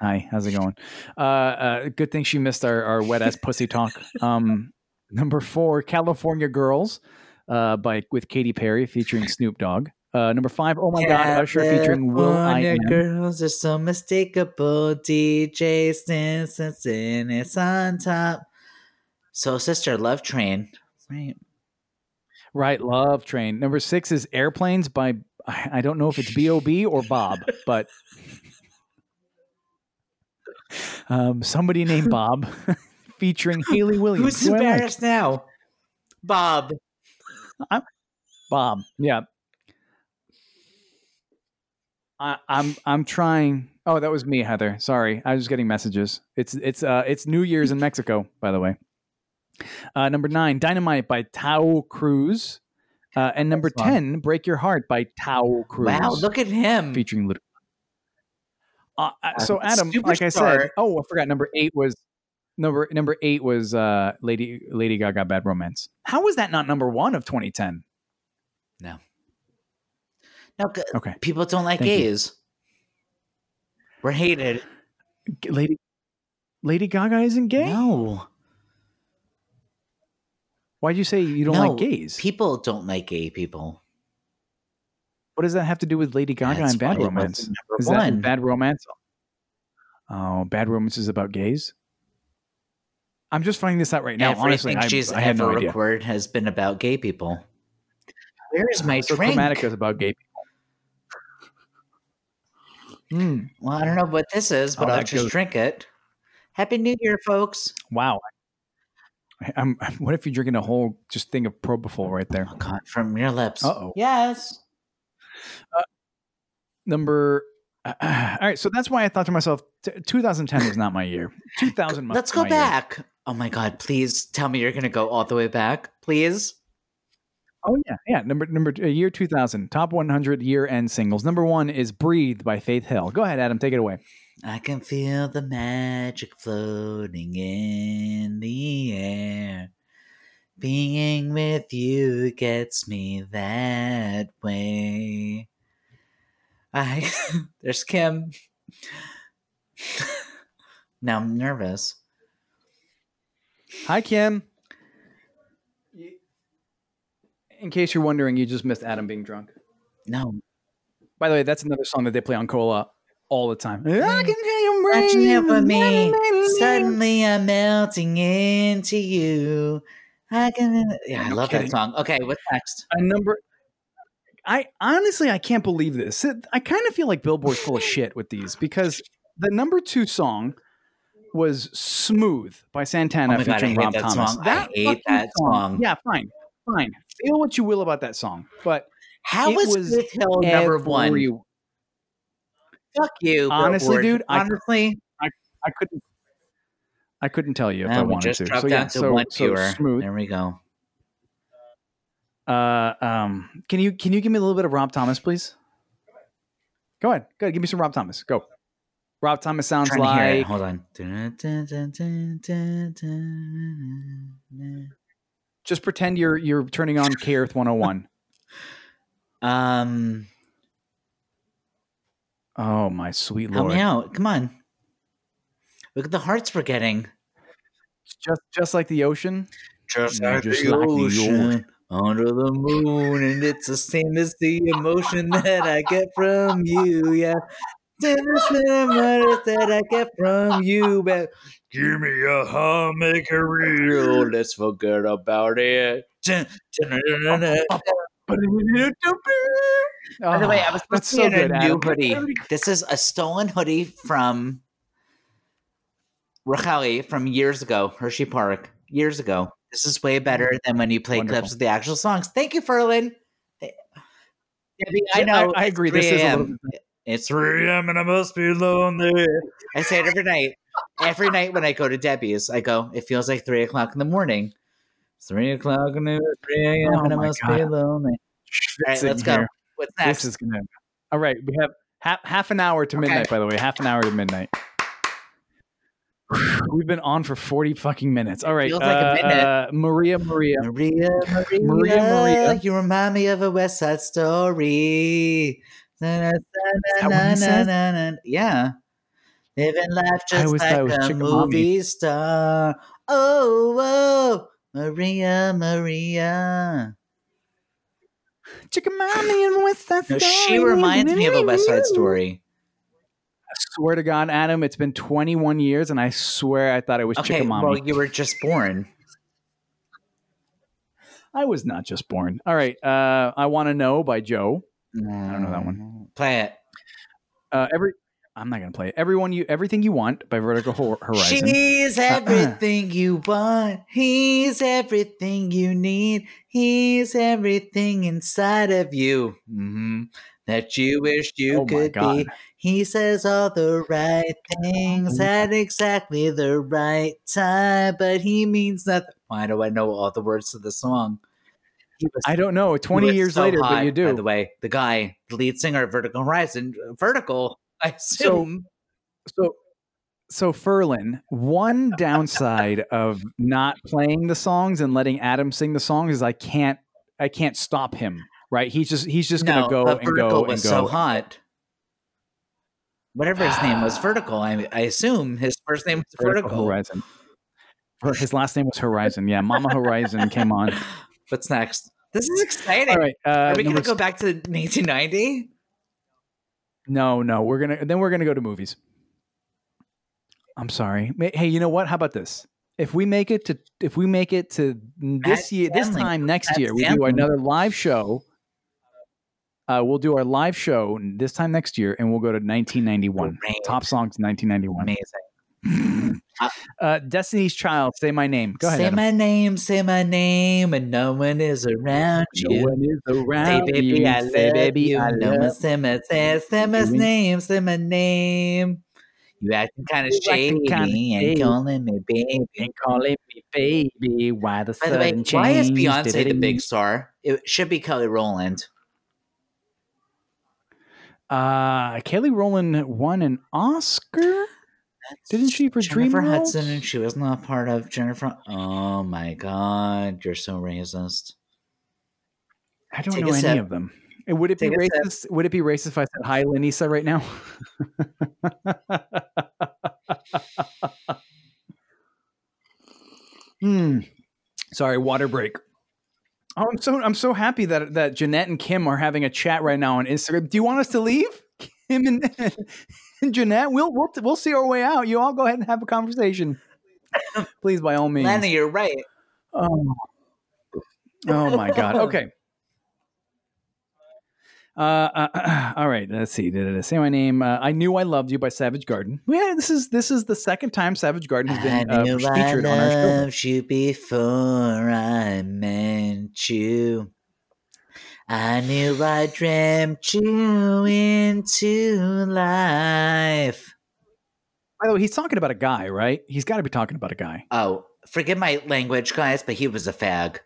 Hi, how's it going? Uh, uh, good thing she missed our, our wet ass pussy talk. Um, number four, California Girls, uh, by with Katy Perry featuring Snoop Dogg. Uh, number five, Oh My God, Usher featuring Will I California Am. Girls are so mistakable. DJ Stinson is on top. So, sister, love train. Right. Right, Love Train. Number six is Airplanes by I I don't know if it's B.O.B. or Bob, but um, somebody named Bob featuring Haley Williams. Who's who I Oh, like. embarrassed now? Bob. Bob. Yeah. I, I'm I'm trying. Oh, that was me, Heather. Sorry, I was getting messages. It's it's uh it's New Year's in Mexico, by the way. Uh, number nine, Dynamite by Tao Cruz, uh, and number That's fun. ten, Break Your Heart by Tao Cruz. Wow, look at him. featuring Little. Uh, uh, so Adam, like I Superstar. said, oh, I forgot. Number eight was number number eight was uh, Lady Lady Gaga Bad Romance. How was that not number one of 2010? No, g- Okay. people don't like Thank you. gays. We're hated. Lady Lady Gaga isn't gay. No, Why'd you say you don't No, like gays? people don't like gay people. what does that have to do with Lady Gaga That's and why Bad it wasn't Romance? Number Is one. that Bad Romance? Oh, Bad Romance is about gays. I'm just finding this out right now. Honestly, Everything I- she's I, had ever no idea. recorded has been about gay people. Where's my So drink? Chromatica is about gay people. Mm, Well, I don't know what this is, but Oh, I'll that just goes- drink it. Happy New Year, folks. wow. I- I'm, I'm- what if you're drinking a whole just thing of propofol right there? Oh, God, from your lips. Uh-oh. Yes. Number. all right, so that's why I thought to myself, t- 2010 was not my year. 2000. Let's was go my year. back. Oh my God, please tell me you're going to go all the way back. Please. Oh yeah, yeah. Number number uh, year two thousand top one hundred year end singles. Number one is "Breathe" by Faith Hill. Go ahead, Adam, take it away. I can feel the magic floating in the air. Being with you gets me that way. I there's Kim. now I'm nervous. Hi Kim. In case you're wondering, you just missed Adam being drunk. No, By the way, that's another song that they play on Cola all the time. I can hear you watching it for me. breathing. Suddenly I'm melting into you. I can. Yeah, I No love kidding. that song. Okay, what's next? A number. I honestly I can't believe this. It- I kind of feel like Billboard's full of shit with these because the number two song was "Smooth" by Santana Oh my God, I featuring hate Rob that Thomas. song. I hate fucking that song. Yeah, fine, fine. Feel what you will about that song, but How It was was Faith Hill number one? every- Fuck you. Honestly, Billboard. dude, I- Honestly, I couldn't. I couldn't tell you if Now I we wanted just to. dropped so down yeah, to so, one so viewer. smooth. There we go. Uh, um, can you can you give me a little bit of Rob Thomas, please? Go ahead, go ahead. Give me some Rob Thomas. Go. Rob Thomas sounds Trying to hear it. like Hold on. Dun, dun, dun, dun, dun, dun, dun, just pretend you're you're turning on K Earth 101. dun. Um, oh my sweet help lord! me out. Come on. Look at the hearts we're getting. Just just like the ocean. Just like the ocean. under the moon, and it's the same as the emotion that I get from you. Yeah, Just the words that I get from you. But give me a hug, make it real. Let's forget about it. Dun, dun, dun, dun, dun. By the way, I Ah, was that's supposed to be so in good, a new Adam. hoodie. This is a stolen hoodie from Racheli from years ago, Hershey Park, years ago. This is way better than when you play Mm-hmm. Wonderful. clips of the actual songs. Thank you, Ferlin. Debbie, I Yeah, I- know. I it's agree. This is a 3 little a.m. It's 3 a.m. and I must be lonely. I say it every night. Every night when I go to Debbie's, I go, it feels like 3 o'clock in the morning. It's 3 o'clock in the 3 a.m. Oh and I my must God. be lonely. All right, Fix it let's in go. here. What's This next? is gonna. All right, we have half, half an hour to midnight. By the way, half an hour to midnight. We've been on for forty fucking minutes. All right, Feels like a uh, minute. uh, Maria, Maria. Maria, Maria, Maria, Maria. you remind me of a West Side Story. Na, na, na, that what na, he na, says? na, na, na. Yeah, living life just always thought it was like a Chickamauga. movie star. Oh, whoa, Maria, Maria. Chicken mommy and West Side No, Story. she reminds me of a West Side I Story. swear to God, Adam, it's been twenty-one years, and I swear I thought it was Okay, Chicken Mommy. well, you were just born. I was not just born. All right, uh, I want to know by Joe. I don't know that one. Mm. Play it. Uh, every, I'm not gonna play it. Everyone, you, everything you want by Vertical Hor- Horizon. Uh-uh. She's everything you want. He's everything you need. He's everything inside of you hmm that you wish you Oh my could God. be. He says all the right things at exactly the right time, but he means nothing. Why do I know all the words to the song? He was- I don't know. Twenty he was years so later, but hot, you do. By the way, the guy, the lead singer of Vertical Horizon, Vertical, I assume. So, so Ferlin, one downside of not playing the songs and letting Adam sing the songs is I can't, I can't stop him. Right? He's just, he's just gonna No, go but and vertical go and was go. so hot. Whatever his name was, vertical. I, I assume his first name was Vertical vertical. Horizon. Her- His last name was Horizon. Yeah, Mama Horizon came on. What's next? This is exciting. All right. Uh, Are we number gonna go back to 1990? No, no, we're gonna then we're gonna go to movies. I'm sorry. Ma- Hey, you know what? How about this? If we make it to if we make it to this Matt year, this Stanley. time next Matt year, we do Stanley. another live show. Uh, we'll do our live show this time next year, and we'll go to 1991. Great. Top songs 1991. Amazing. Uh, Destiny's Child, say my name. Go ahead. say Adam. my name, say my name, and no one is around No you. one is Say around baby, you. I love say baby, you. I no one love say my say, say my name, say my name. You acting kind of You acting shady kinda shady. and calling me baby. and calling me baby. Why the By the way, sudden why is change? Beyonce the Da-da-ding. big star? It should be Kelly Rowland. Uh, Kelly Rowland won an Oscar. Didn't she for Jennifer Dreamgirls? Hudson, and she was not part of Jennifer. Oh my God, you're so racist. I don't Take know a any sip. of them. Eh, Would it Take be a sip. racist? Would it be racist if I said hi, Lenisa, right now? Hmm. Sorry, water break. Oh, I'm so I'm so happy that that Jeanette and Kim are having a chat right now on Instagram. Do you want us to leave, Kim and, and Jeanette? We'll we'll we'll see our way out. You all go ahead and have a conversation, please, by all means. Lenny, you're right. Oh, oh my God. Okay. Uh, uh, all right. Let's see. Did it say my name? Uh, I knew I loved you by Savage Garden. Yeah, this is this is the second time Savage Garden has been I uh, knew I featured on our show. loved you before I meant you. I knew I dreamt you into life. By the way, he's talking about a guy, right? He's got to be talking about a guy. Oh, forgive my language, guys, but he was a fag.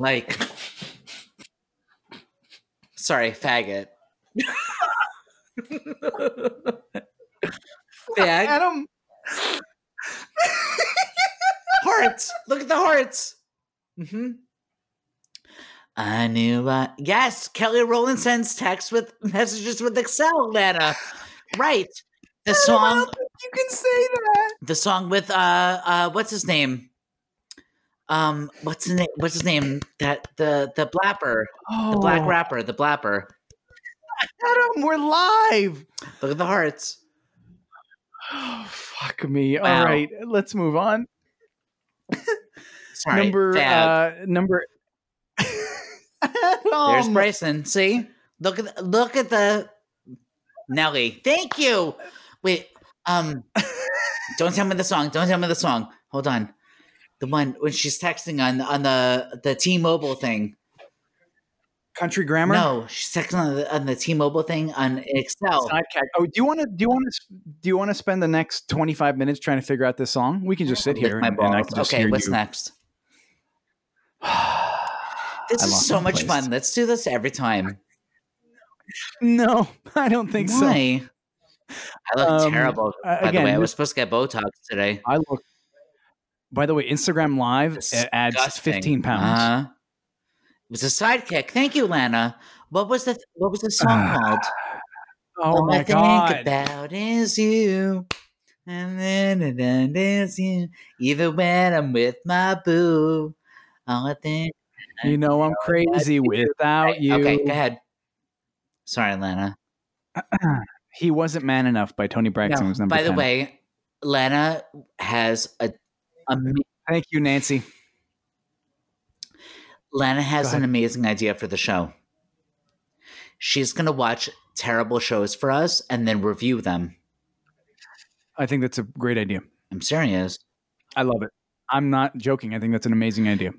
Like, sorry, faggot. fag Adam, hearts. Look at the hearts. hmm I knew. I- yes, Kelly Rowland sends text with messages with Excel, Lana. Right. The song. you can say that. the song with uh uh what's his name um what's his name what's his name that the the blapper Oh, the black rapper the blapper Adam, we're live. look at the hearts Oh, fuck me. All Wow. right, let's move on. sorry number fag. uh number um, there's Adam. bryson see look at the, look at the nelly thank you wait um don't tell me the song don't tell me the song hold on the one when she's texting on on the the t-mobile thing Country Grammar. No, she's texting on the, on the T-Mobile thing on Excel. Sidekick. Oh, do you want to? Do you want to? Do you want to spend the next twenty five minutes trying to figure out this song? We can just sit Lick here my and, and I balls. can just Okay, hear what's you. next? This I is lost so my much place. fun. Let's do this every time. No, I don't think so. Why? I look Um, terrible. Uh, By again, the way, I this- was supposed to get Botox today. I look. By the way, Instagram Live it adds Disgusting. fifteen pounds. Uh-huh. It was a sidekick. Thank you, Lana. What was the What was the song Ah, called? oh All my I god! think about is you, and then it is you. Even when I'm with my boo, all I think. you know I'm crazy without you. Okay, go ahead. Sorry, Lana. He wasn't man enough by Tony Braxton. No, was number by the 10. way, Lana has a, ama- thank you, Nancy. Lana has ahead. an amazing idea for the show. She's gonna watch terrible shows for us and then review them. I think that's a great idea. I'm serious. I love it. I'm not joking. I think that's an amazing idea.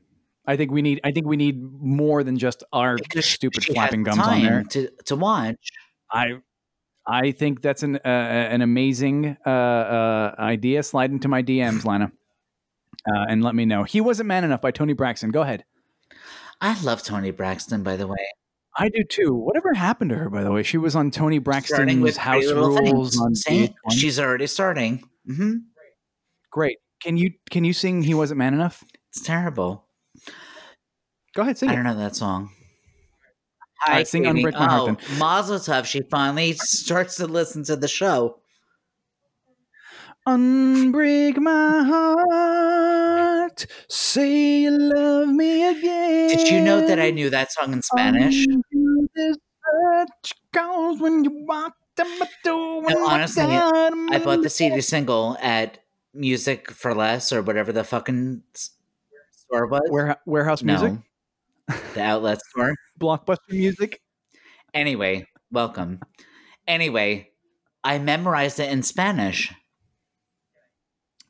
I think we need. I think we need more than just our Because she- stupid she has flapping gums on time there. to to watch. I, I think that's an uh, an amazing uh, uh, idea. Slide into my DMs, Lana, uh, and let me know. He wasn't man enough by Tony Braxton. Go ahead. I love Tony Braxton, by the way. I do too. Whatever happened to her, by the way? She was on Tony Starting Braxton's with House Pretty Little Rules. Things. On E See? VH1. She's already starting. hmm great. Can you can you sing? He wasn't man enough. It's terrible. Go ahead, sing I it. don't know that song. All Hi, right, sing Katie. Unbreak My Heart oh, then. Mazel Tov. She finally starts to listen to the show. Unbreak my heart. Say you love me again. Did you know that Mm. I knew that song in Spanish? Undo this touch, 'cause when you walk down my door, when I walk honestly, down I bought my- the CD single at Music for Less or whatever the fucking s- store was. Wareh- warehouse music, No, the outlet store. blockbuster music. Anyway, welcome. Anyway, I memorized it in Spanish.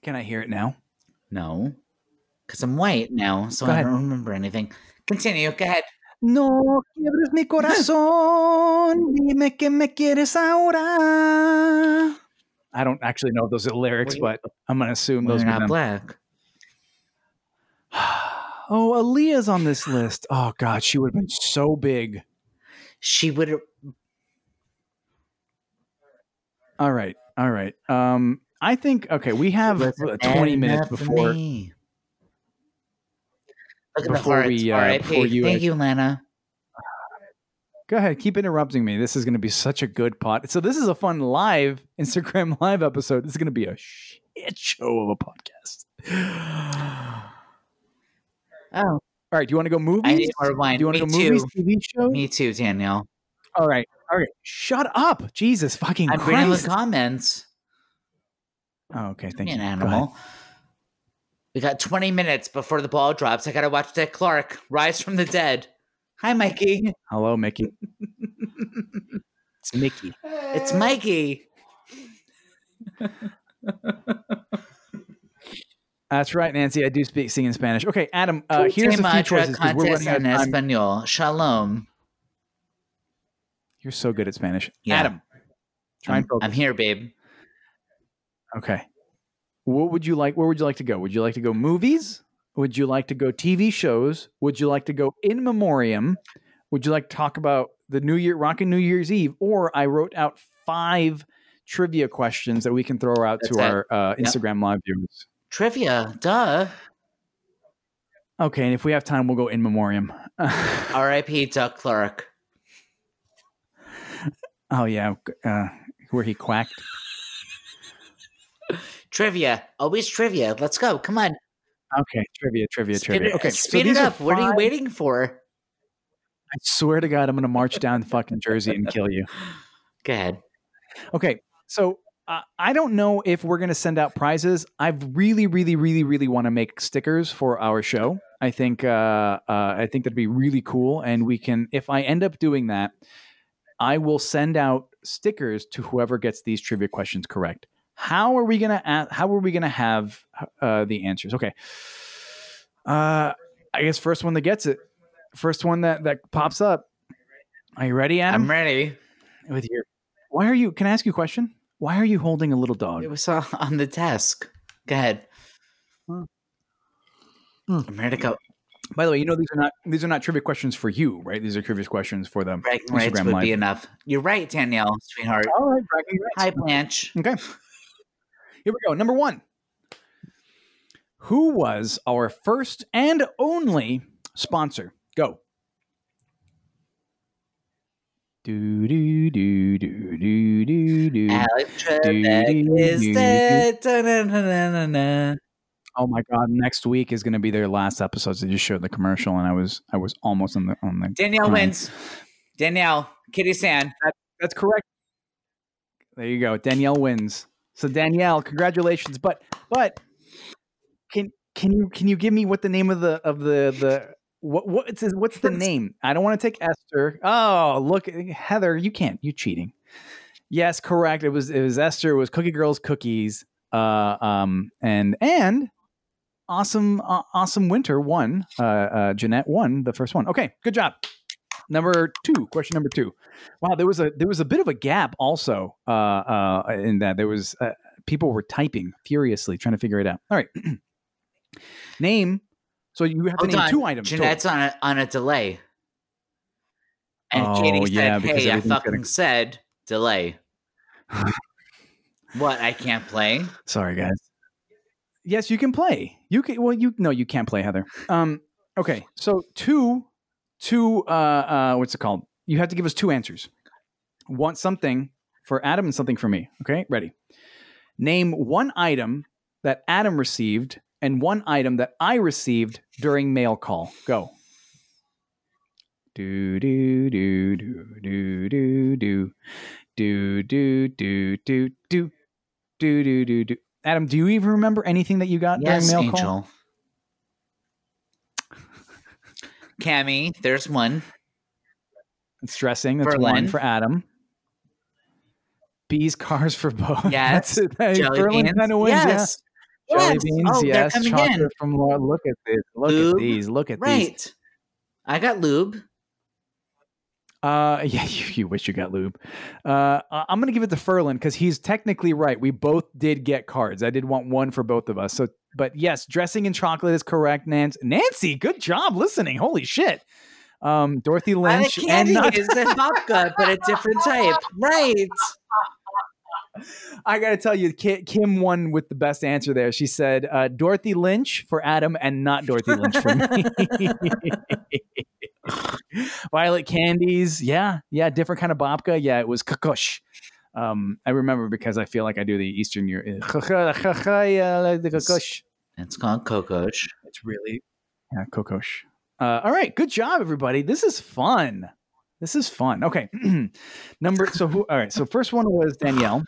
Can I hear it now? No, because I'm white now, so Go I ahead. don't remember anything. Continue. Go ahead. No quiebres mi corazón, dime que me quieres ahora. I don't actually know those are the lyrics, Wait. but I'm gonna assume Well, those you're are them. not black. Oh, Aaliyah's on this list. Oh God, she would have been so big. She would. All right, all right. Um, I think okay, we have uh, 20 minutes before. Look at the before hearts. we, uh, RIP. before you- Thank you, Lana. Go ahead, keep interrupting me. This is going to be such a good pot. So this is a fun live Instagram live episode. This is going to be a shit show of a podcast. Oh, All right, do you want to go movies? I need more wine. Do you want to Me go movies, too. TV shows? Me too, Danielle. All right, all right. Shut up, Jesus fucking I'm reading the Christ! comments. Oh, okay, thank Be you. an Go ahead. animal. We got 20 minutes before the ball drops. I gotta watch Dick Clark rise from the dead. Hi, Mikey. Hello, Mickey. it's Mickey. It's Mikey. That's right, Nancy. I do speak sing in Spanish. Okay, Adam. Uh, here's a few Madre choices 'cause we're Contes running out of en time. Español. Shalom. You're so good at Spanish, Yeah. Adam. Try I'm, and focus. I'm here, babe. Okay. What would you like? Where would you like to go? Would you like to go movies? Would you like to go TV shows? Would you like to go in memoriam? Would you like to talk about the New Year, Rockin' New Year's Eve? Or I wrote out five trivia questions that we can throw out That's to it. our uh, Yep. Instagram live viewers. Trivia. Duh. Okay, and if we have time, we'll go in memoriam. R.I.P. Duck Clark. oh yeah, uh, where he quacked. Trivia. Always trivia. Let's go. Come on. Okay, trivia, trivia, Speed trivia. it- okay, so Speed it these up. What are you five- waiting for? I swear to God, I'm going to march down fucking Jersey and kill you. Go ahead. Okay, so uh, I don't know if we're going to send out prizes. I really, really, really, really want to make stickers for our show. I think uh, uh, I think that'd be really cool, and we can. If I end up doing that, I will send out stickers to whoever gets these trivia questions correct. How are we gonna ask, How are we gonna have uh, the answers? Okay, uh, I guess first one that gets it, first one that that pops up Are you ready, Adam? I'm ready. With your, why are you? Can I ask you a question? Why are you holding a little dog? It was on on the desk. Go ahead. Hmm. I'm ready to go. By the way, you know these are not these are not trivia questions for you, right? These are trivia questions for them. Bragging rights Instagram would Live. be enough. You're right, Danielle, sweetheart. All right, bragging rights. Hi, Blanche. Okay. Here we go. Number one. Who was our first and only sponsor? Go. Do do do do do do do. Alex Trebek is dead. Da-na-na-na-na-na. Oh my god! Next week is going to be their last episode. They just showed the commercial, and I was I was almost on the on the. Danielle Um, wins. Danielle, Kitty San. That's correct. There you go. Danielle wins. So Danielle, congratulations. But but can can you can you give me what the name of the of the the what what's what's the name? I don't want to take Esther. Oh, look, Heather, you can't. You cheating. Yes, correct. It was it was Esther. It was Cookie Girls Cookies. Uh, um, and and awesome uh, awesome winter won. Uh, uh, Jeanette won the first one. Okay, good job. Number two, question number two. Wow, there was a there was a bit of a gap also uh, uh, in that there was uh, people were typing furiously trying to figure it out. All right, name. So you have to Hold name on. two items. total. Jeanette's on a, on a delay. And Oh, Katie said, yeah, because hey, I everything's fucking said delay. what? I can't play? Sorry, guys. Yes, you can play. You can. Well, you no, you can't play, Heather. Um. Okay. So two, two. Uh. uh what's it called? You have to give us two answers. Want something for Adam and something for me. Okay. Ready. Name one item that Adam received and one item that I received during mail call. Go. Do do do do do do do do do do do do do do do do. Adam, do you even remember anything that you got Yes, Uh, during mail Angel. call? Cammy, there's one. It's dressing. That's one Berlin. for Adam. Bees, cars for both. Yes. That's it. Hey, Jelly Berlin beans. kinda wins, yeah. yes. Jelly Yes. beans, Oh, they're yes. coming Chocolate in. from Laura. Look at this. Look Lube. at these. Look at these. Right. I got lube. Uh, yeah, you, you wish you got lube. Uh, I- I'm gonna give it to Ferlin because he's technically right. We both did get cards. I did want one for both of us. So, but yes, dressing in chocolate is correct, Nancy. Nancy, good job listening. Holy shit. Um, Dorothy And Lynch the candy and is the babka, but a different type. Right. I gotta tell you, Ki- Kim won with the best answer there. She said uh, Dorothy Lynch for Adam and not Dorothy Lynch for me. Violet candies, yeah, yeah, different kind of babka. Yeah, it was kakush. Um, I remember because I feel like I do the Eastern Europe. kakush. It's called kokosh. It's really yeah, kokosh. Uh, all right, good job, everybody. This is fun. This is fun. Okay, number. So who? All right. So first one was Danielle,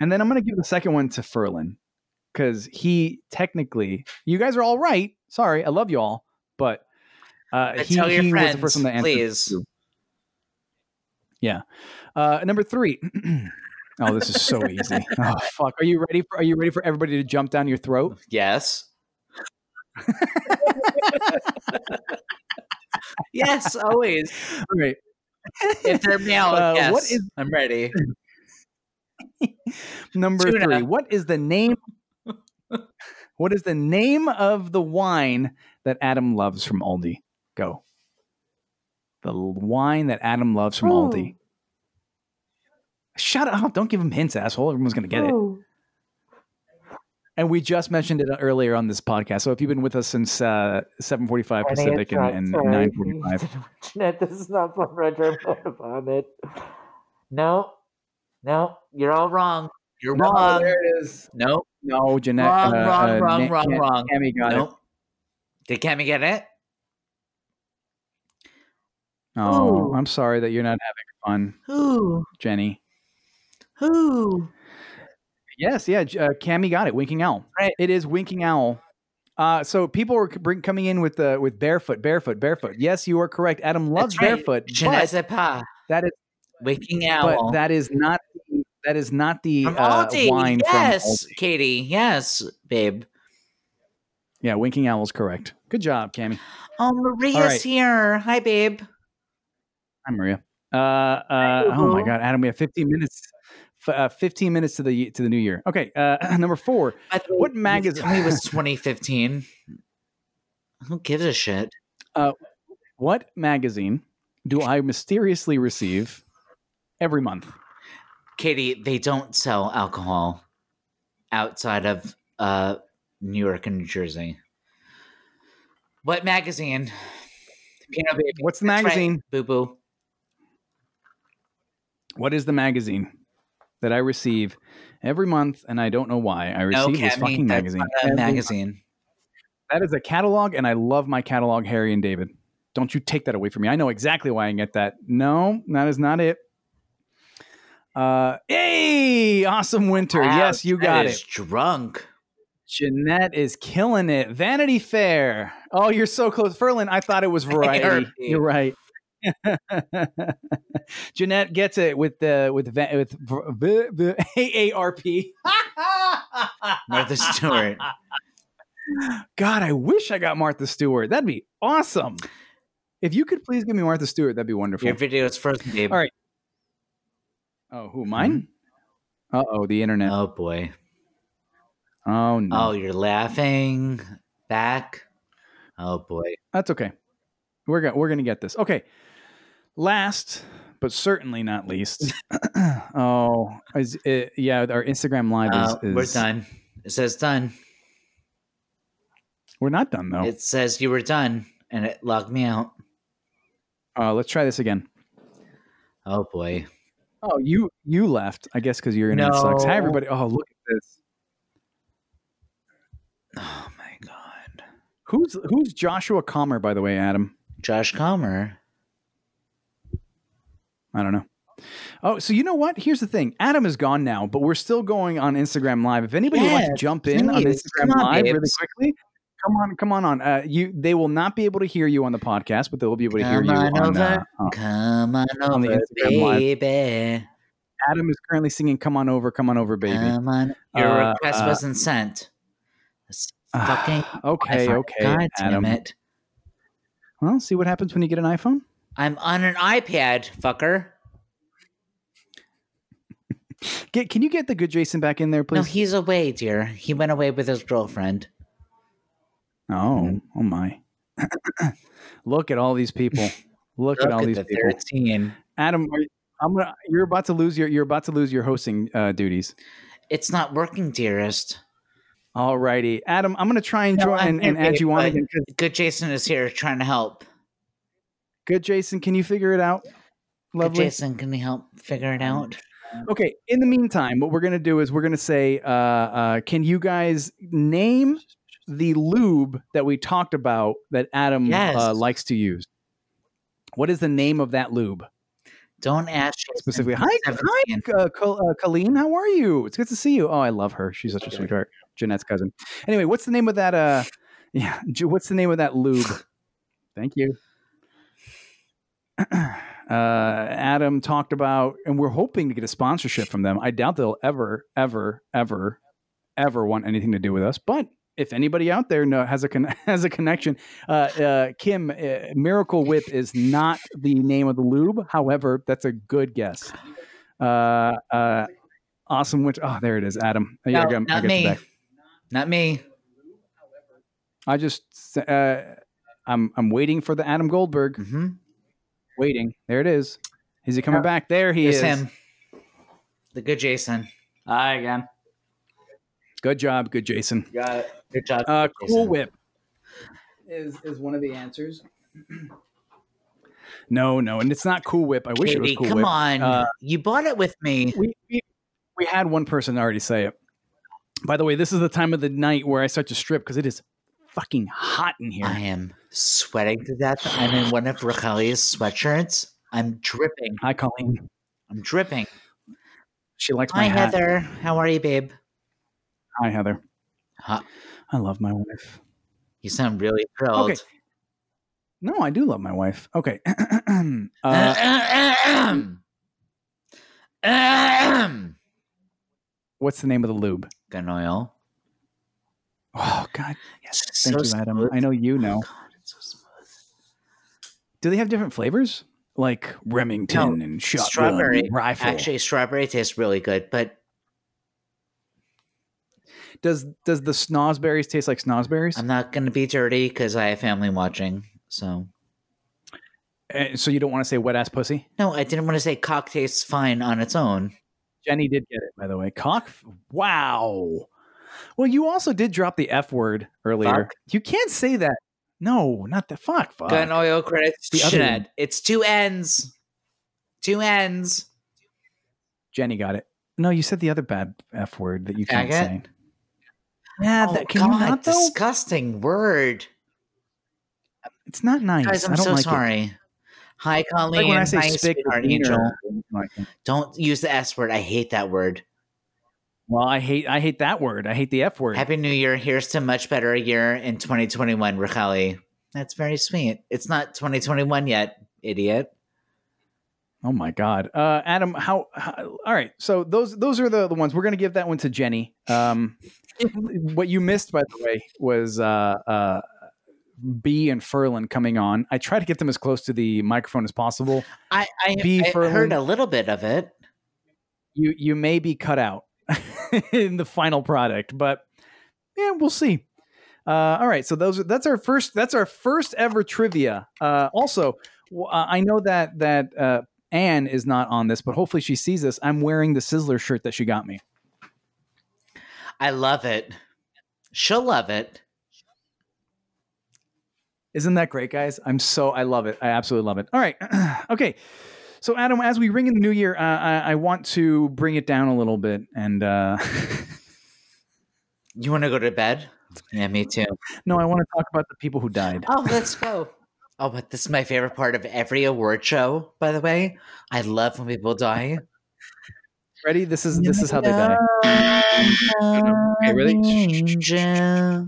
and then I'm going to give the second one to Ferlin because he technically, you guys are all right. Sorry, I love you all, but uh, But he, tell your he was friends, the first one that answered. please. Uh, number three. oh, this is so easy. Oh fuck! Are you ready? For, are you ready for everybody to jump down your throat? Yes. yes, always. All right. If they're male, Uh, yes. what is- I'm ready. Number Tuna. three. What is the name? what is the name of the wine that Adam loves from Aldi? Go. The l- wine that Adam loves from Oh. Aldi. Shut up! Don't give him hints, asshole. Everyone's gonna get it. Oh. And we just mentioned it uh, earlier on this podcast. So if you've been with us since uh, seven forty-five Pacific and, and nine forty-five, Jeanette, this is not from Red Room on it. No, no, You're all wrong. You're No, Oh, wrong. it is. Nope. No, Jeanette. Wrong, uh, wrong, uh, wrong, Na- wrong, Cam- wrong. Cammy got nope. Did Cammy get it? it. Oh, Ooh. I'm sorry that you're not having fun, Who? Jenny. Who? Yes, yeah. J- Uh, Cammy got it. Winking Owl. Right. It is Winking Owl. Uh, so people were c- bring, coming in with the with barefoot, barefoot, barefoot. Yes, you are correct. Adam loves right. barefoot, Jeanette but Zappa. that is Waking but Owl. that is not the, that is not the from uh, Aldi. wine yes, from Aldi. Katie. Yes, babe. Yeah, Winking Owl's correct. Good job, Cammy. Oh, Maria's All right. here. Hi, babe. Hi, Maria. Uh, uh, oh my Ooh. God, Adam, we have 15 minutes. f- Uh, 15 minutes to the to the new year. Okay, uh, number four. By the way, What you magazine- told me it was 2015. Who gives a shit? What magazine do I mysteriously receive every month? Katie, they don't sell alcohol outside of uh, New York and New Jersey. What magazine? Pinot Baby. What's the That's right, magazine? Boo Boo. What is the magazine that I receive every month, and I don't know why I No, receive this Cammy, fucking that's magazine? not a every magazine. That is a catalog, and I love my catalog, Harry and David. Don't you take that away from me. I know exactly why I get that. No, that is not it. Uh, hey, awesome winter. Wow, yes, you got That it. is Drunk. Jeanette is killing it. Vanity Fair. Oh, you're so close. Ferlin, I thought it was variety. Therapy. You're right. Jeanette gets it with the with va- with v- v- v- AARP. Martha Stewart. God, I wish I got Martha Stewart. That'd be awesome. If you could please give me Martha Stewart, that'd be wonderful. Your video is frozen, babe. All right. oh, who mine? Uh oh, the internet. Oh boy. Oh no, Oh, you're laughing back. Oh boy. that's okay. We're gonna we're gonna get this. Okay. Last, but certainly not least. oh, is it, yeah, our Instagram live is, Uh, is we're done. It says done. We're not done though. It says you were done, and it logged me out. Uh, let's try this again. Oh boy. Oh, you you left, I guess, because your internet sucks. Hi No. everybody. Oh, look at this. Oh my god. Who's who's Joshua Comer, by the way, Adam? Josh Comer. I don't know. Oh, so you know what? Here's the thing. Adam is gone now, but we're still going on Instagram Live. If anybody would like to Yes, jump in on please. Instagram Come on, Live really babes. quickly, come on, come on on. Uh, you they will not be able to hear you on the podcast, but they will be able to hear Come you on on. over. Uh, uh, Come on On the over, Instagram Live. baby. Adam is currently singing "Come on over, come on over, baby." Come on. Your Uh, request uh, wasn't sent. It's fucking. Ah, okay, iPhone. okay, God Adam. damn it. Well, see what happens when you get an iPhone. I'm on an iPad, fucker. Get can you get the good Jason back in there, No, please? he's away, dear. He went away with his girlfriend. oh, oh my! Look at all these people. Look, Look at all at these the people. 13. Adam, are you- I'm gonna. You're about to lose your. You're about to lose your hosting uh, duties. It's not working, dearest. All righty, Adam. I'm gonna try and No, join I'm and, and okay, add you on but- again. 'cause- Good Jason is here trying to help. Good, Jason. Can you figure it out? Good Lovely. Jason, can you help figure it out? Okay. In the meantime, what we're gonna do is we're gonna say, uh, uh, can you guys name the lube that we talked about that Adam Yes. uh, likes to use? What is the name of that lube Don't ask Jason. specifically? Hi, He's hi, 17. uh, Col- uh, Colleen. How are you? It's good to see you. Oh, I love her. She's such a sweetheart. Jeanette's cousin. Anyway, what's the name of that? Uh, yeah, Ju- what's the name of that lube? Thank you. Uh, Adam talked about, and we're hoping to get a sponsorship from them. I doubt they'll ever, ever, ever, ever want anything to do with us. But if anybody out there know, has a con- has a connection, uh, uh, Kim, uh, Miracle Whip is not the name of the lube. However, that's a good guess. Uh, uh, awesome winter. Oh, there it is, Adam. I- I No, got- I not got you me. back. Not me. I just, uh, I'm I'm waiting for the Adam Goldberg. Mm-hmm. Waiting. There it is. Is he coming Yeah. back? There he It's is. him. The good Jason. Hi again. Good job, good Jason. Got it. Good job. Uh, cool Jason. Whip is is one of the answers. no, no, and it's not Cool Whip. I wish it was Katie, Cool come Whip. on. Uh, you bought it with me. we, we we had one person already say it. By the way, this is the time of the night where I start to strip because it is fucking hot in here. I am sweating to death. I'm in one of Racheli's sweatshirts. I'm dripping. Hi, Colleen. I'm dripping. She likes my Hi, hat. Heather. How are you, babe? Hi, Heather. Huh. I love my wife. You sound really thrilled. Okay. No, I do love my wife. Okay. uh, Ahem. Ahem. what's the name of the lube? Gun oil. Oh God! Yes, It's thank you, so Adam. smooth. I know you know. God, it's so smooth. Do they have different flavors? like Remington and shotgun strawberry rifle. Actually, strawberry tastes really good, but does does the snozberries taste like snozberries? I'm not going to be dirty because I have family watching. So, Uh, so you don't want to say wet ass pussy? no, I didn't want to say cock tastes fine on its own. Jenny did get it, by the way. Cock. Wow. Well, you also did drop the F word earlier. Fuck. You can't say that. No, not the fuck. Fuck. Gun oil credits. The other Shit. one. It's two ends. Two ends. Jenny got it. No, you said the other bad F word that you Can I can't get- say. Yeah, Oh, that, can you God, not though? disgusting word. It's not nice. Guys, I I'm don't so like It. sorry. Hi, It's Colleen. Like when I say Hi, spick or sweetheart, bean or Angel. something like that. Don't use the S word. I hate that word. Well, I hate I hate that word. I hate the F word. Happy New Year. Here's to much better year in 2021, Raquel. That's very sweet. It's not 2021 yet, idiot. Oh my God, uh, Adam. How, how? All right. So those those are the, the ones we're gonna give that one to Jenny. Um, what you missed, by the way, was uh, uh, B and Furlan coming on. I try to get them as close to the microphone as possible. I, I, Bee I Furlan. heard a little bit of it. You you may be cut out in the final product, but yeah, we'll see. Uh, all right, so those are, that's our first that's our first ever trivia. Uh, also, w- uh, I know that that uh, Anne is not on this, but hopefully she sees this. I'm wearing the Sizzler shirt that she got me. I love it. She'll love it. Isn't that great, guys? I'm so I love it. I absolutely love it. All right, okay. So Adam, as we ring in the new year, uh, I, I want to bring it down a little bit, and uh, You want to go to bed? Yeah, me too. no, I want to talk about the people who died. Oh, let's go. Oh, but this is my favorite part of every award show, by the way. I love when people die. Ready? This is this is how they die. Okay, ready? Angel.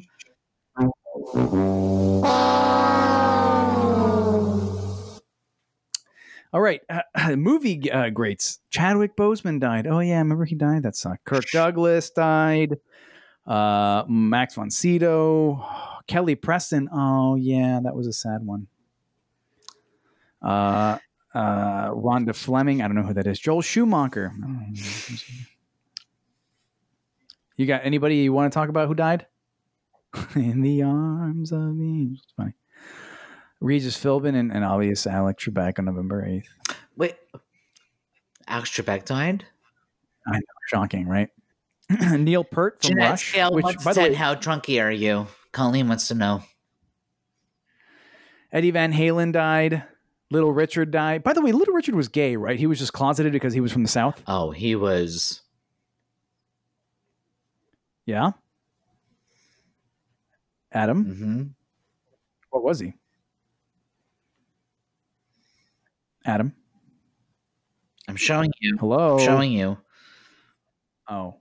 All right, uh, movie uh, greats. Chadwick Boseman died. Oh yeah, I remember he died. That sucked. Kirk Douglas died. Uh, Max von Sydow, Kelly Preston. Oh yeah, that was a sad one. Uh, uh, Rhonda Fleming. I don't know who that is. Joel Schumacher. I don't know. You got anybody you want to talk about who died? In the arms of angels. Funny. Regis Philbin and, and obvious Alec Trebek on November eighth. Wait. Alex Trebek died? Shocking, right? Neil Pert from Jeanette Rush, Scale which wants by to the way, said, how drunky are you? Colleen wants to know. Eddie Van Halen died. Little Richard died. By the way, Little Richard was gay, right? He was just closeted because he was from the South. Oh, he was. Yeah. Adam, hmm what was he? Adam, I'm showing you. hello. I'm showing you. Oh,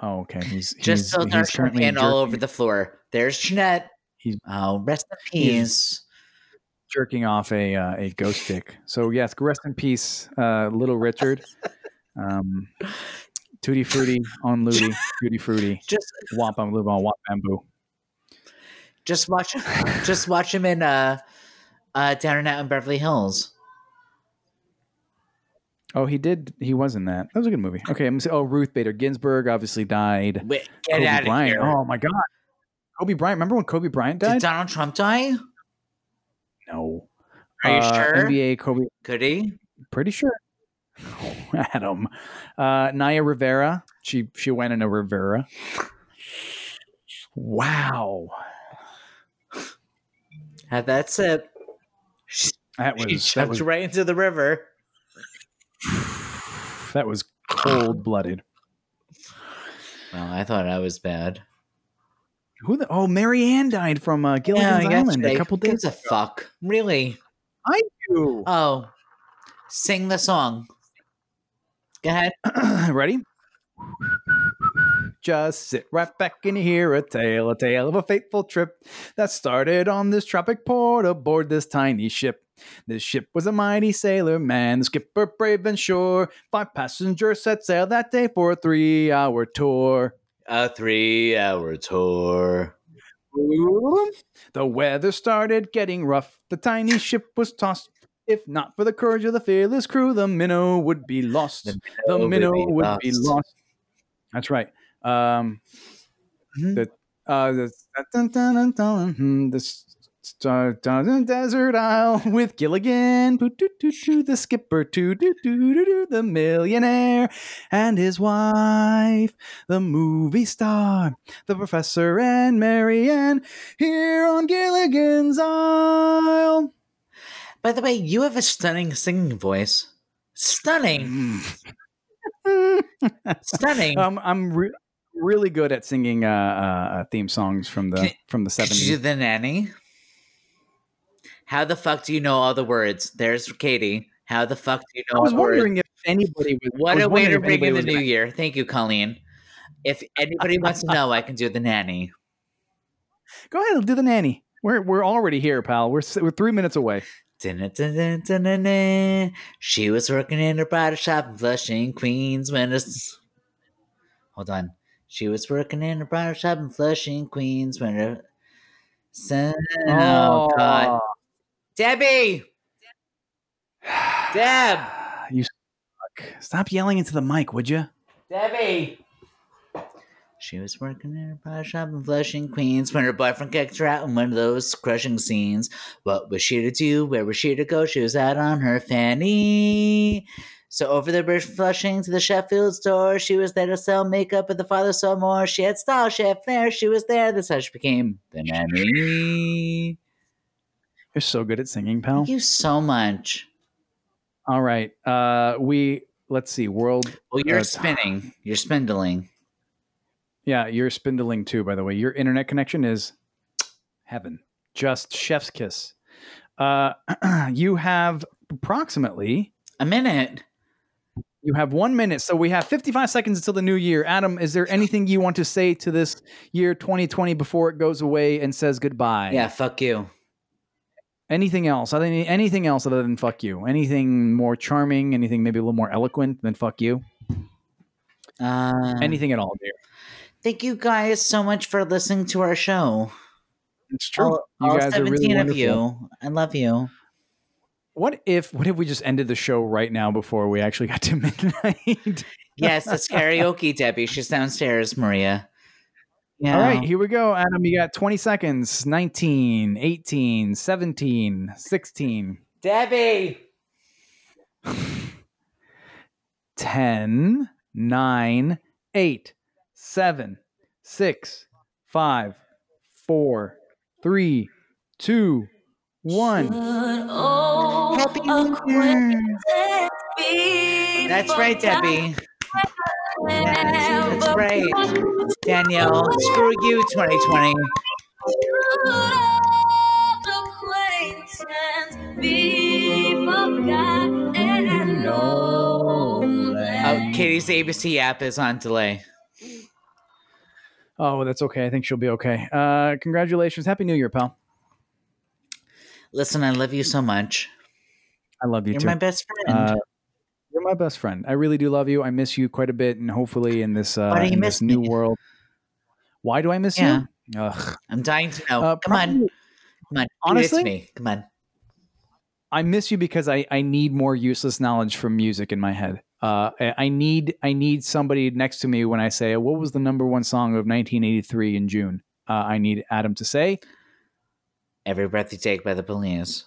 oh, okay. He's Just he's, so he's there's currently hand all jerk- over the floor. There's Jeanette. He's- oh, rest in he's- peace. jerking off a uh, a ghost stick. So yes, rest in peace, uh, little Richard. Um, Tutti Frutti on Ludi, Tutti Frutti, Just Womp on Lube on Womp Bamboo. just watch just watch him in uh uh Down and Out in Beverly Hills. Oh, he did. He was in that. That was a good movie. Okay, I'm. Oh, Ruth Bader Ginsburg obviously died. Wait, get Kobe out of Bryant. here. Oh my God. Kobe Bryant. Remember when Kobe Bryant Did died? Donald Trump die? no. Are you Uh, sure? NBA Kobe. Could he? Pretty sure. Adam. Uh, Naya Rivera. She she went in a Rivera. Wow. Have that sip. She That she was that jumped was right into the river. that was cold blooded. Well, I thought I was bad. Who the? Oh, Mary Ann died from uh, Gilligan's Island a yesterday. couple Who gives days. a fuck. Really? ago. Oh, sing the song. Go ahead. Ready? Just sit right back and hear a tale, a tale of a fateful trip that started on this tropic port aboard this tiny ship. This ship was a mighty sailor man, the skipper brave and sure. Five passengers set sail that day for a three hour tour. A three-hour tour. The weather started getting rough. The tiny ship was tossed. If not for the courage of the fearless crew, the minnow would be lost. The The minnow minnow, would be would be lost. lost. That's right. Um, Mhm. the uh, the dun, dun, dun, dun, mhm, the s- s- dun, dun, dun, desert isle with Gilligan, Boo, doo, doo, doo, the skipper, doo, doo, doo, doo, doo, the millionaire and his wife, the movie star, the professor and Marianne here on Gilligan's Isle. By the way, you have a stunning singing voice. Stunning, stunning. um, I'm re- really good at singing uh, uh, uh, theme songs from the Can- from the Did you do seventies. the nanny? How the fuck do you know all the words? There's Katie. How the fuck do you know I was all the words? wondering if anybody was. I What was a way wondering if to bring in anybody the was new year. Thank you, Colleen. If anybody wants to know, I can do the nanny. gonna- Go ahead, do the nanny. We're we're already here, pal. We're s- we're three minutes away. Dun-dun-dun-dun-dun-dun. She was working in her bridal shop in Flushing, Queens when a... s- Hold on. She was working in her bridal shop in Flushing, Queens when her... Son... Oh, God. Debbie! Deb! you suck. Stop yelling into the mic, would you? Debbie! She was working in her bridal shop in Flushing, Queens when her boyfriend kicked her out in one of those crushing scenes. What was she to do? Where was she to go? She was out on her fanny. So over the bridge from Flushing to the Sheffield store, she was there to sell makeup, but the father saw more. She had style, she had flair, she was there. That's how she became the nanny. You're so good at singing, pal. Thank you so much. All right, uh, we let's see. World, Well, you're Uh, spinning. You're spindling. yeah, you're spindling too. By the way, your internet connection is heaven, just chef's kiss. Uh, you have approximately A minute. you have one minute, so we have 55 seconds until the new year. Adam, is there anything you want to say to this year 2020 before it goes away and says goodbye? Yeah, fuck you. Anything else? I think anything else other than fuck you. Anything more charming? Anything maybe a little more eloquent than fuck you? Uh, Anything at all, dear? Thank you guys so much for listening to our show. It's All, all 17 of you. I love you. What if what if we just ended the show right now before we actually got to midnight? Yes, it's karaoke, Debbie. She's downstairs, Maria. Yeah. All right, here we go, Adam. You got 20 seconds. 19, 18, 17, 16, Debbie. 10, 9, 8, 7, 6, 5, 4, 3, 2, 1. Happy New Year. That's right, Debbie. That's right. Danielle, screw you, 2020. Oh, Katie's ABC app is on delay. Oh, that's okay. I think she'll be okay. Uh, congratulations. Happy New Year, pal. Listen, I love you so much. I love you You're too. my best friend. Uh, you're my best friend. I really do love you. I miss you quite a bit, and hopefully in this uh, Why do you in miss this new me? world. Why do I miss Yeah. you? Ugh. I'm dying to know. Uh, Come on. probably- Come on. Honestly? Honestly? Me. Come on. I miss you because I, I need more useless knowledge from music in my head. Uh, I I need I need somebody next to me when I say what was the number one song of 1983 in June. Uh, I need Adam to say Every breath you take by the police.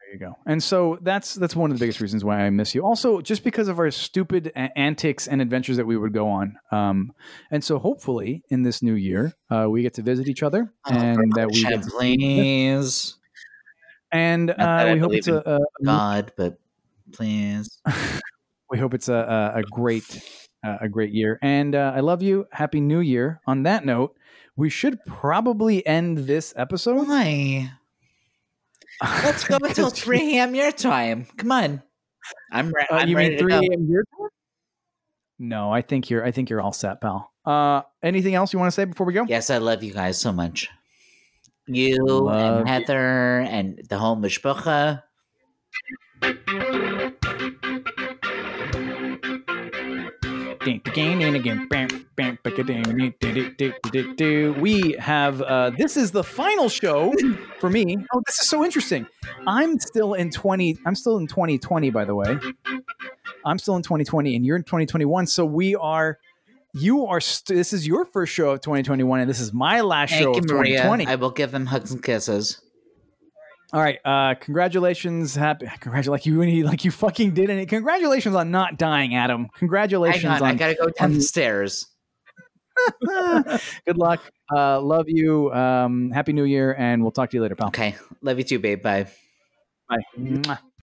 There you go. And so that's that's one of the biggest reasons why I miss you. Also, just because of our stupid a- antics and adventures that we would go on. Um, and so hopefully in this new year, uh, we get to visit each other, Oh, and that we get to- please. and that uh, I we hope believe it's a, a God, but please. we hope it's a a, a great uh, a great year. And uh, I love you. Happy New Year. On that note, we should probably end this episode. Uh, Why? Let's go until 3 a.m. your time. Come on. I'm, re- Uh, I'm you ready mean to three go. a.m. your time? No, I think you're. I think you're all set, pal. Uh, anything else you want to say before we go? Yes, I love you guys so much. You Love and you. Heather and the whole mishpacha. We have uh, this is the final show for me. Oh, this is so interesting. I'm still in twenty. I'm still in 2020, by the way. I'm still in 2020, and you're in 2021. So we are. You are. St- this is your first show of 2021, and this is my last show Thank you, of Maria. 2020. I will give them hugs and kisses. All right. Uh, congratulations. Happy. Congratulations. Like you. really- Like you fucking did it. Congratulations on not dying, Adam. Congratulations Hang on, I on gotta go down the stairs. good luck. Uh, love you. Um, happy New Year, and we'll talk to you later, pal. Okay, love you too, babe. Bye. Bye. Mwah.